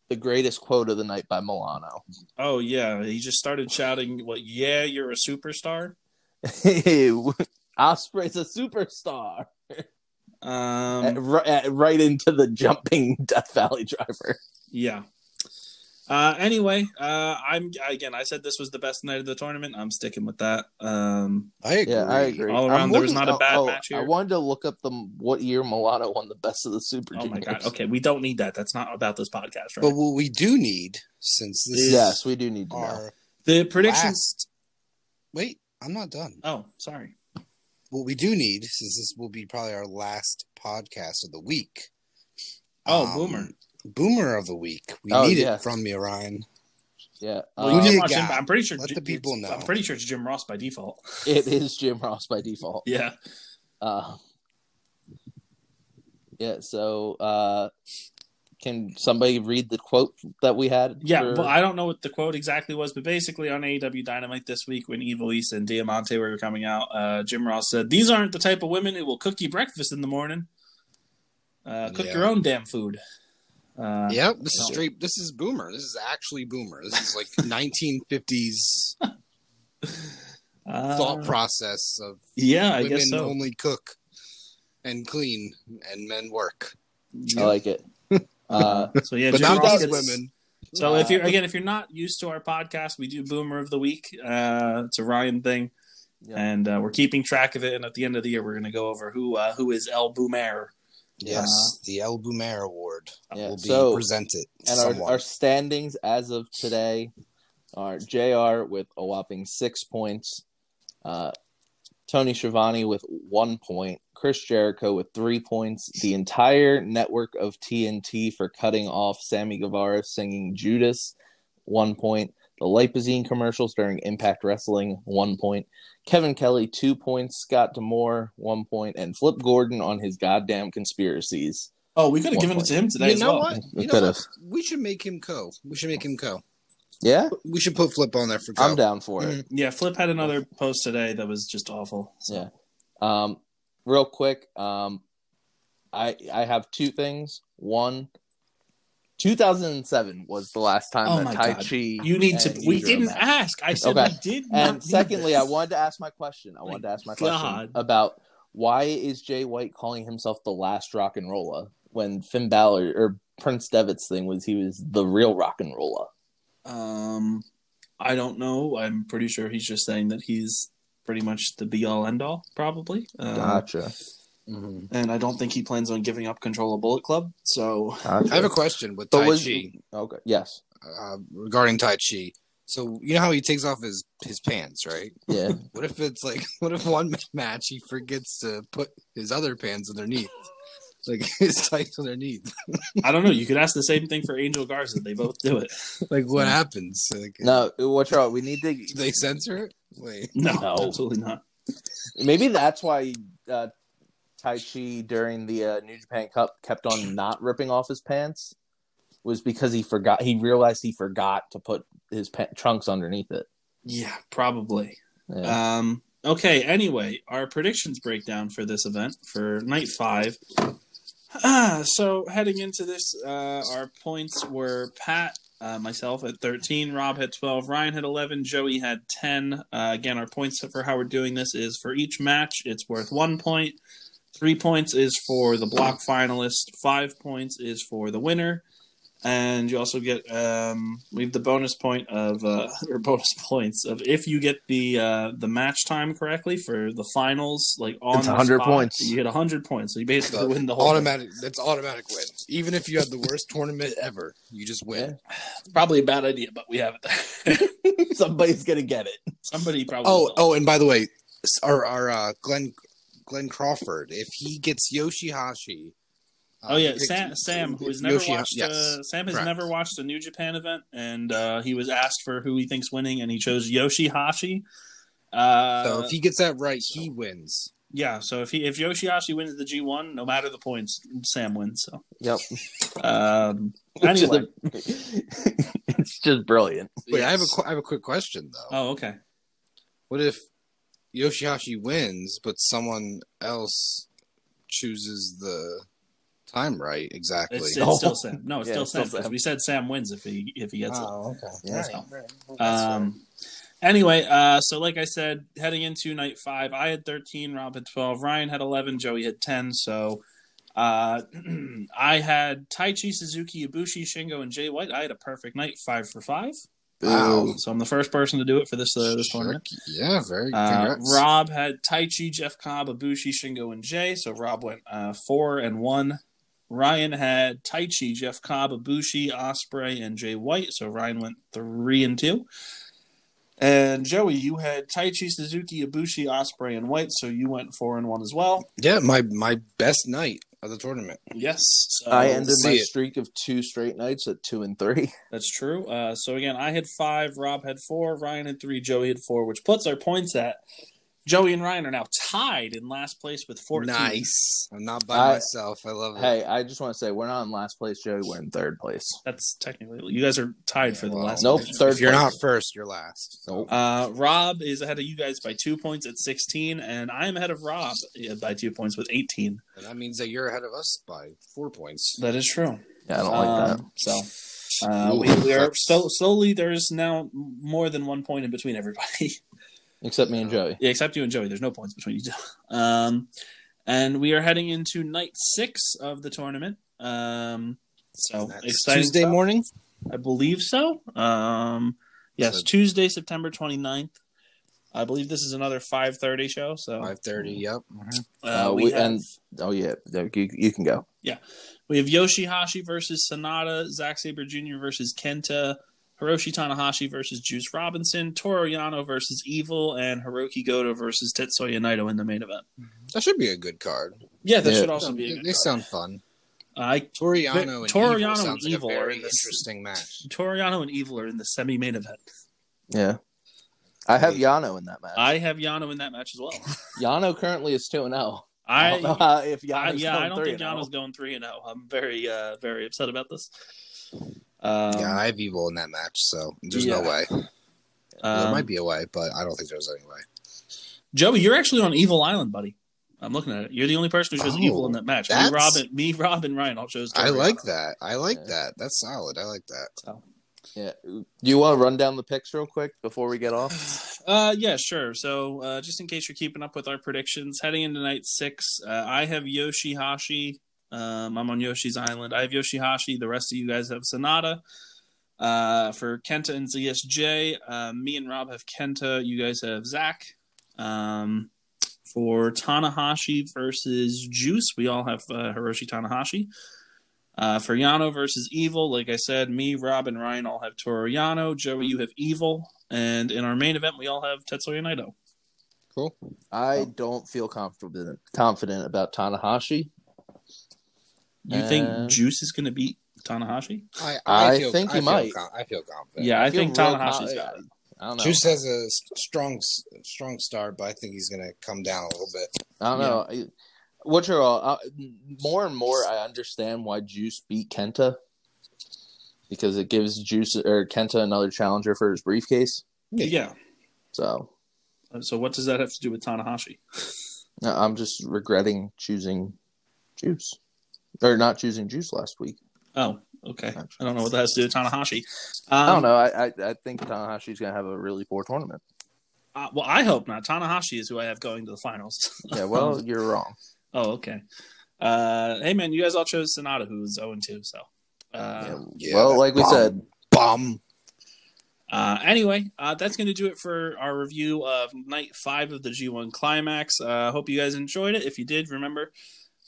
Speaker 2: the greatest quote of the night by Milano.
Speaker 1: Oh yeah, he just started shouting, "What? Yeah, you're a superstar."
Speaker 2: Osprey's a superstar.
Speaker 1: Um,
Speaker 2: At- at- right into the jumping Death Valley driver.
Speaker 1: yeah. Uh, anyway, uh, I'm again. I said this was the best night of the tournament. I'm sticking with that. Um,
Speaker 3: I agree.
Speaker 2: Yeah, I agree.
Speaker 1: All
Speaker 2: I'm
Speaker 1: around, there was not a
Speaker 2: oh,
Speaker 1: bad
Speaker 2: oh,
Speaker 1: match here.
Speaker 2: I wanted to look up the what year Milano won the best of the Super
Speaker 1: oh my
Speaker 2: Juniors.
Speaker 1: god. Okay, we don't need that. That's not about this podcast, right?
Speaker 3: But what we do need, since this is
Speaker 2: Yes, we do need to know.
Speaker 3: our
Speaker 1: the predictions.
Speaker 3: last. Wait, I'm not done.
Speaker 1: Oh, sorry.
Speaker 3: What we do need, since this will be probably our last podcast of the week. um,
Speaker 1: Oh, Boomer.
Speaker 3: Boomer of the week. We
Speaker 2: Oh,
Speaker 3: need
Speaker 2: yes.
Speaker 3: it from you, Ryan.
Speaker 2: Yeah.
Speaker 1: Well,
Speaker 2: uh,
Speaker 1: you
Speaker 3: do
Speaker 1: can
Speaker 3: you
Speaker 1: watch him,
Speaker 3: got?
Speaker 1: but I'm pretty sure.
Speaker 3: Let
Speaker 1: Ji-
Speaker 3: the people
Speaker 1: it's-
Speaker 3: know.
Speaker 1: I'm pretty sure it's Jim Ross by default.
Speaker 2: it is Jim Ross by default.
Speaker 1: Yeah.
Speaker 2: Uh, yeah, so uh, can somebody read the quote that we had?
Speaker 1: Yeah,
Speaker 2: for-
Speaker 1: well, I don't know what the quote exactly was, but basically on AEW Dynamite this week, when Evil East and Diamante were coming out, uh, Jim Ross said, "These aren't the type of women who will cook you breakfast in the morning. Uh, cook
Speaker 3: Yeah.
Speaker 1: your own damn food." Uh,
Speaker 3: Yep, this is
Speaker 1: no.
Speaker 3: straight. This is Boomer. This is actually Boomer. This is like 1950s
Speaker 1: uh,
Speaker 3: thought process of
Speaker 1: yeah, I
Speaker 3: women
Speaker 1: guess so.
Speaker 3: only cook and clean and men work.
Speaker 2: I like it. uh,
Speaker 1: so yeah,
Speaker 3: but
Speaker 1: Jim
Speaker 3: not
Speaker 1: Ross
Speaker 3: these
Speaker 1: gets-
Speaker 3: women.
Speaker 1: So if
Speaker 2: Uh,
Speaker 1: you're again, if you're not used to our podcast, we do Boomer of the Week. Uh, it's a Ryan thing,
Speaker 2: Yeah.
Speaker 1: and uh, we're keeping track of it. And at the end of the year, we're going to go over who uh, who is El Boomer. Uh-huh.
Speaker 3: Yes, the El Boomer Award
Speaker 2: yeah,
Speaker 3: will be
Speaker 2: so,
Speaker 3: presented to
Speaker 2: and our,
Speaker 3: someone.
Speaker 2: our standings as of today are JR with a whopping six points, uh, Tony Schiavone with one point, Chris Jericho with three points, the entire network of TNT for cutting off Sammy Guevara singing Judas, one point, the Lipazine commercials during Impact Wrestling, one point, Kevin Kelly, two points, Scott Demore, one point, and Flip Gordon on his goddamn conspiracies.
Speaker 1: Oh, we could have
Speaker 2: One
Speaker 1: given
Speaker 2: point.
Speaker 1: it to him today.
Speaker 3: you
Speaker 1: as
Speaker 3: know
Speaker 1: well.
Speaker 3: what? You know
Speaker 2: Instead
Speaker 3: what?
Speaker 2: of-
Speaker 3: We should make him co. We should make him co.
Speaker 2: Yeah?
Speaker 3: We should put Flip on there for co.
Speaker 2: I'm down for it.
Speaker 1: Yeah, Flip had another post today that was just awful. So.
Speaker 2: Yeah. Um, real quick, um, I I have two things. One, 2007 was the last time
Speaker 1: Oh my
Speaker 2: that Tai
Speaker 1: God.
Speaker 2: Chi.
Speaker 1: You need to.
Speaker 2: and
Speaker 1: We
Speaker 2: Yujiro
Speaker 1: didn't
Speaker 2: met.
Speaker 1: ask. I said
Speaker 2: Okay.
Speaker 1: we did not.
Speaker 2: And
Speaker 1: do
Speaker 2: secondly, I
Speaker 1: this.
Speaker 2: wanted to ask my question. I wanted to ask my
Speaker 1: God.
Speaker 2: question about why is Jay White calling himself the last rock and roller when Finn Balor or Prince Devitt's thing was he was the real rock and roller.
Speaker 1: Um, I don't know. I'm pretty sure he's just saying that he's pretty much the be all end all, probably. Um,
Speaker 2: Gotcha.
Speaker 3: Mhm.
Speaker 1: And I don't think he plans on giving up control of Bullet Club. So
Speaker 3: I have a question with
Speaker 2: But
Speaker 3: Tai
Speaker 2: was-
Speaker 3: Chi
Speaker 2: Okay. Yes.
Speaker 3: uh, regarding Tai Chi. So you know how he takes off his his pants, right?
Speaker 4: Yeah.
Speaker 3: What if it's like, what if one match he forgets to put his other pants underneath, like his tights underneath?
Speaker 1: I don't know. You could ask the same thing for Angel Garza. They both do it.
Speaker 3: Like what happens? Like,
Speaker 4: no, what's wrong? We need
Speaker 3: do
Speaker 4: to.
Speaker 3: they censor it? Wait,
Speaker 1: No,
Speaker 4: No.
Speaker 1: absolutely not.
Speaker 4: Maybe that's why uh, Tai Chi during the uh, New Japan Cup kept on not ripping off his pants. Was because he forgot. He realized he forgot to put his pa- trunks underneath it.
Speaker 1: Yeah, probably.
Speaker 4: Yeah.
Speaker 1: Um, okay, anyway, our predictions breakdown for this event for night five. Ah, so heading into this, uh, our points were Pat, uh, myself at 13, Rob had 12, Ryan had 11, Joey had 10. Uh, again, our points for how we're doing this is for each match, it's worth one point. Three points is for the block finalist, five points is for the winner. And you also get um, we have the bonus point of uh, or bonus points of if you get the uh, the match time correctly for the finals, like on
Speaker 2: It's
Speaker 1: the
Speaker 2: 100
Speaker 1: spot,
Speaker 2: points.
Speaker 1: You get hundred points, so you basically win the whole thing.
Speaker 3: automatic. That's automatic win. Even if you had the worst tournament ever, you just win.
Speaker 1: Probably a bad idea, but we have it.
Speaker 4: Somebody's gonna get it.
Speaker 1: Somebody probably.
Speaker 3: Oh,
Speaker 1: will.
Speaker 3: oh, and by the way, s- our our uh, Glenn Glenn Crawford, if he gets Yoshihashi, uh,
Speaker 1: Oh, yeah,
Speaker 3: picked-
Speaker 1: Sam, Sam who has
Speaker 3: if
Speaker 1: never
Speaker 3: Yoshi-
Speaker 1: watched. Uh, Sam has
Speaker 3: correct.
Speaker 1: never watched a New Japan event, and uh, he was asked for who he thinks winning, and he chose Yoshihashi. Uh,
Speaker 3: so if he gets that right, he wins.
Speaker 1: yeah, so if he if Yoshihashi wins the G one, no matter the points, Sam wins. So
Speaker 4: Yep.
Speaker 1: um, anyway,
Speaker 4: it's just brilliant.
Speaker 3: Wait, I have a
Speaker 1: Yes.
Speaker 3: qu- I have a quick question though.
Speaker 1: oh okay,
Speaker 3: What if Yoshihashi wins, but someone else chooses the time right exactly?
Speaker 1: it's, it's
Speaker 4: Oh.
Speaker 1: still Sam. No, it's
Speaker 4: Yeah,
Speaker 1: still
Speaker 4: it's still
Speaker 1: Sam. 'cause
Speaker 4: Sam.
Speaker 1: We said Sam wins if he if he gets it.
Speaker 3: okay.
Speaker 1: That's all. Um, anyway, uh, so like I said, heading into night five, I had 13, Rob had 12, Ryan had 11, Joey had 10. So uh, I had Taichi, Suzuki, Ibushi, Shingo, and Jay White. I had a perfect night, five for five.
Speaker 3: Wow.
Speaker 1: So I'm the first person to do it for this uh, this tournament.
Speaker 3: Yeah, very.
Speaker 1: Uh,
Speaker 3: Congrats.
Speaker 1: Rob had Taichi, Jeff Cobb, Ibushi, Shingo, and Jay. So Rob went uh, four and one. Ryan had Taichi, Jeff Cobb, Ibushi, Osprey, and Jay White. So Ryan went three and two. And Joey, you had Taichi, Suzuki, Ibushi, Osprey, and White. So you went four and one as well.
Speaker 3: yeah, my my best night of the tournament.
Speaker 1: Yes, so
Speaker 4: Uh, I ended
Speaker 3: see
Speaker 4: my
Speaker 3: it.
Speaker 4: streak of two straight nights at two and three.
Speaker 1: that's true. Uh, so again, I had five, Rob had four, Ryan had three, Joey had four, which puts our points at. Joey and Ryan are now tied in last place with 14.
Speaker 3: Nice. I'm not by
Speaker 4: I-
Speaker 3: myself. I love it.
Speaker 4: Hey, I just want to say we're not in last place, Joey. We're in third place.
Speaker 1: That's technically you guys are tied for the
Speaker 3: Well,
Speaker 1: last.
Speaker 4: Nope,
Speaker 1: place.
Speaker 4: third
Speaker 3: If you're
Speaker 4: place.
Speaker 3: not first, you're last. So
Speaker 4: Nope.
Speaker 1: Uh, Rob is ahead of you guys by two points at sixteen, and I am ahead of Rob yeah, by two points with eighteen.
Speaker 3: and that means that you're ahead of us by four points.
Speaker 1: That is true.
Speaker 4: Yeah, I don't like that.
Speaker 1: Um, So uh, we, we are so slowly. There is now more than one point in between everybody.
Speaker 4: Except me and Joey.
Speaker 1: Yeah, except you and Joey. There's no points between you two. Um, and we are heading into night six of the tournament. Um, so
Speaker 3: That's
Speaker 1: exciting
Speaker 3: Tuesday
Speaker 1: stuff.
Speaker 3: morning.
Speaker 1: I believe so. Um, yes,
Speaker 3: So-
Speaker 1: Tuesday, September 29th. I believe this is another 5:30 show. So
Speaker 3: Five thirty. Yep.
Speaker 1: uh,
Speaker 4: Uh,
Speaker 1: we,
Speaker 4: we-
Speaker 1: have,
Speaker 4: and- Oh yeah, you, you can go.
Speaker 1: we have Yoshihashi versus Sonata, Zack Saber Jr. versus Kenta, Hiroshi Tanahashi versus Juice Robinson, Toru Yano versus Evil, and Hiroki Goto versus Tetsuya Naito in the main event.
Speaker 3: That should be a good card.
Speaker 1: Yeah, that
Speaker 4: Yeah.
Speaker 1: should also be a
Speaker 3: they
Speaker 1: good.
Speaker 3: they
Speaker 1: card.
Speaker 3: sound fun.
Speaker 1: I
Speaker 3: Toriano and
Speaker 1: Toriano
Speaker 3: Evil
Speaker 1: and
Speaker 3: sounds like
Speaker 1: Evil
Speaker 3: a
Speaker 1: are
Speaker 3: very
Speaker 1: in this.
Speaker 3: interesting match.
Speaker 1: Toriano and Evil are in the semi-main event.
Speaker 4: Yeah, I have
Speaker 3: Hey.
Speaker 4: Yano in that match.
Speaker 1: I have Yano in that match as well.
Speaker 4: Yano currently is two and zero. I
Speaker 2: Oh,
Speaker 4: don't know
Speaker 1: I
Speaker 4: how- if
Speaker 1: I-
Speaker 4: Yano's
Speaker 1: yeah, I
Speaker 4: going
Speaker 1: don't
Speaker 4: three
Speaker 1: think
Speaker 4: and oh.
Speaker 1: Yano's
Speaker 4: zero.
Speaker 1: going three and zero. I'm very, uh, very upset about this. Um,
Speaker 3: yeah, I have Evil in that match, so there's no
Speaker 1: Yeah.
Speaker 3: way. there
Speaker 1: um,
Speaker 3: might be a way, but I don't think there's any way.
Speaker 1: Joey, you're actually on Evil Island, buddy. I'm looking at it. You're the only person who chose
Speaker 3: Oh,
Speaker 1: Evil in that match. Me,
Speaker 3: that's-
Speaker 1: Rob, and, me, Rob, and Ryan all chose.
Speaker 3: I
Speaker 1: Toriano.
Speaker 3: like that. I like
Speaker 4: Yeah.
Speaker 3: that. That's solid. I like that.
Speaker 1: So.
Speaker 4: Yeah. Do you want to run down the picks real quick before we get off?
Speaker 1: Uh, yeah, sure. So, uh, just in case you're keeping up with our predictions, heading into night six, uh, I have Yoshihashi. Um, I'm on Yoshi's Island. I have Yoshihashi. The rest of you guys have Sonata. Uh, for Kenta and ZSJ, uh, me and Rob have Kenta. You guys have Zach. Um, for Tanahashi versus Juice, we all have uh, Hiroshi Tanahashi. Uh, for Yano versus Evil, like I said, me, Rob, and Ryan all have Toro Yano. Joey, you have Evil. And in our main event, we all have Tetsuya Naito.
Speaker 3: Cool.
Speaker 4: Oh.
Speaker 2: I don't feel confident confident about Tanahashi.
Speaker 1: You think
Speaker 2: Um,
Speaker 1: Juice is going to beat Tanahashi?
Speaker 3: I, I,
Speaker 2: I
Speaker 3: feel,
Speaker 2: think
Speaker 3: I
Speaker 2: he
Speaker 3: feel
Speaker 2: might.
Speaker 3: con- I feel confident.
Speaker 1: Yeah, I,
Speaker 2: feel
Speaker 1: think
Speaker 2: real
Speaker 1: Tanahashi's
Speaker 2: con-
Speaker 1: got it.
Speaker 2: I don't know.
Speaker 3: Juice has a s- strong, s- strong start, but I think he's gonna come down a little bit.
Speaker 2: I don't know. I- What's your all? Uh, more and more, I understand why Juice beat Kenta because it gives Juice or Kenta another challenger for his briefcase.
Speaker 1: Yeah.
Speaker 2: So
Speaker 1: So what does that have to do with Tanahashi?
Speaker 2: no, I'm just regretting choosing Juice or not choosing Juice last week.
Speaker 1: Oh, okay. I don't know what that has to do with Tanahashi. Um,
Speaker 2: I don't know. I I, I think Tanahashi's gonna have a really poor tournament.
Speaker 1: uh, well, I hope not. Tanahashi is who I have going to the finals.
Speaker 2: Yeah. Well, you're wrong.
Speaker 1: oh, okay. Uh, hey, man, you guys all chose Sonata, who's 0 2. So, uh,
Speaker 2: Yeah,
Speaker 3: yeah,
Speaker 2: well,
Speaker 3: that
Speaker 2: like we
Speaker 3: bomb.
Speaker 2: said,
Speaker 3: Bum.
Speaker 1: Uh, anyway, uh, that's going to do it for our review of night five of the G1 Climax. Uh, hope you guys enjoyed it. If you did, remember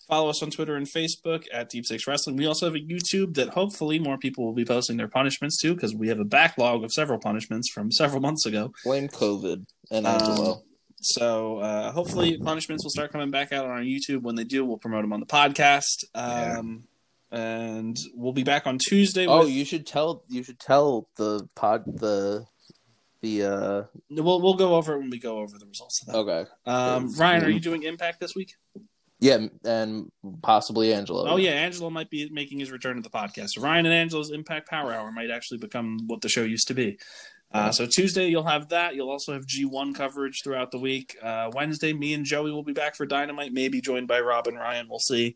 Speaker 1: follow us on Twitter and Facebook at Deep Six Wrestling. We also have a YouTube that hopefully more people will be posting their punishments to because we have a backlog of several punishments from several months ago.
Speaker 2: blame COVID and
Speaker 1: Um,
Speaker 2: Angelo.
Speaker 1: So uh, hopefully punishments will start coming back out on our YouTube. When they do, we'll promote them on the podcast. Um, And we'll be back on Tuesday.
Speaker 2: Oh,
Speaker 1: with-
Speaker 2: you should tell you should tell the pod the the uh
Speaker 1: we'll we'll go over it when we go over the results of that.
Speaker 2: okay
Speaker 1: Um, Ryan, are you doing Impact this week?
Speaker 2: yeah and possibly Angelo.
Speaker 1: Oh yeah, Angelo might be making his return to the podcast. So Ryan and Angelo's Impact Power Hour might actually become what the show used to be. Uh, so Tuesday you'll have that. You'll also have G1 coverage throughout the week. Uh, Wednesday, me and Joey will be back for Dynamite, maybe joined by Rob and Ryan. We'll see.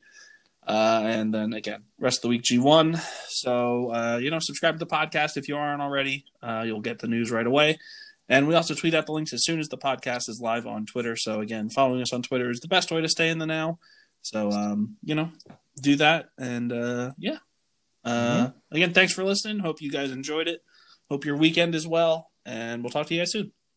Speaker 1: Uh, and then again, rest of the week G1. So uh, you know, subscribe to the podcast if you aren't already. Uh, you'll get the news right away. And we also tweet out the links as soon as the podcast is live on Twitter. So again, following us on Twitter is the best way to stay in the now. So um, you know, do that and uh yeah uh again thanks for listening hope you guys enjoyed it hope your weekend is well and we'll talk to you guys soon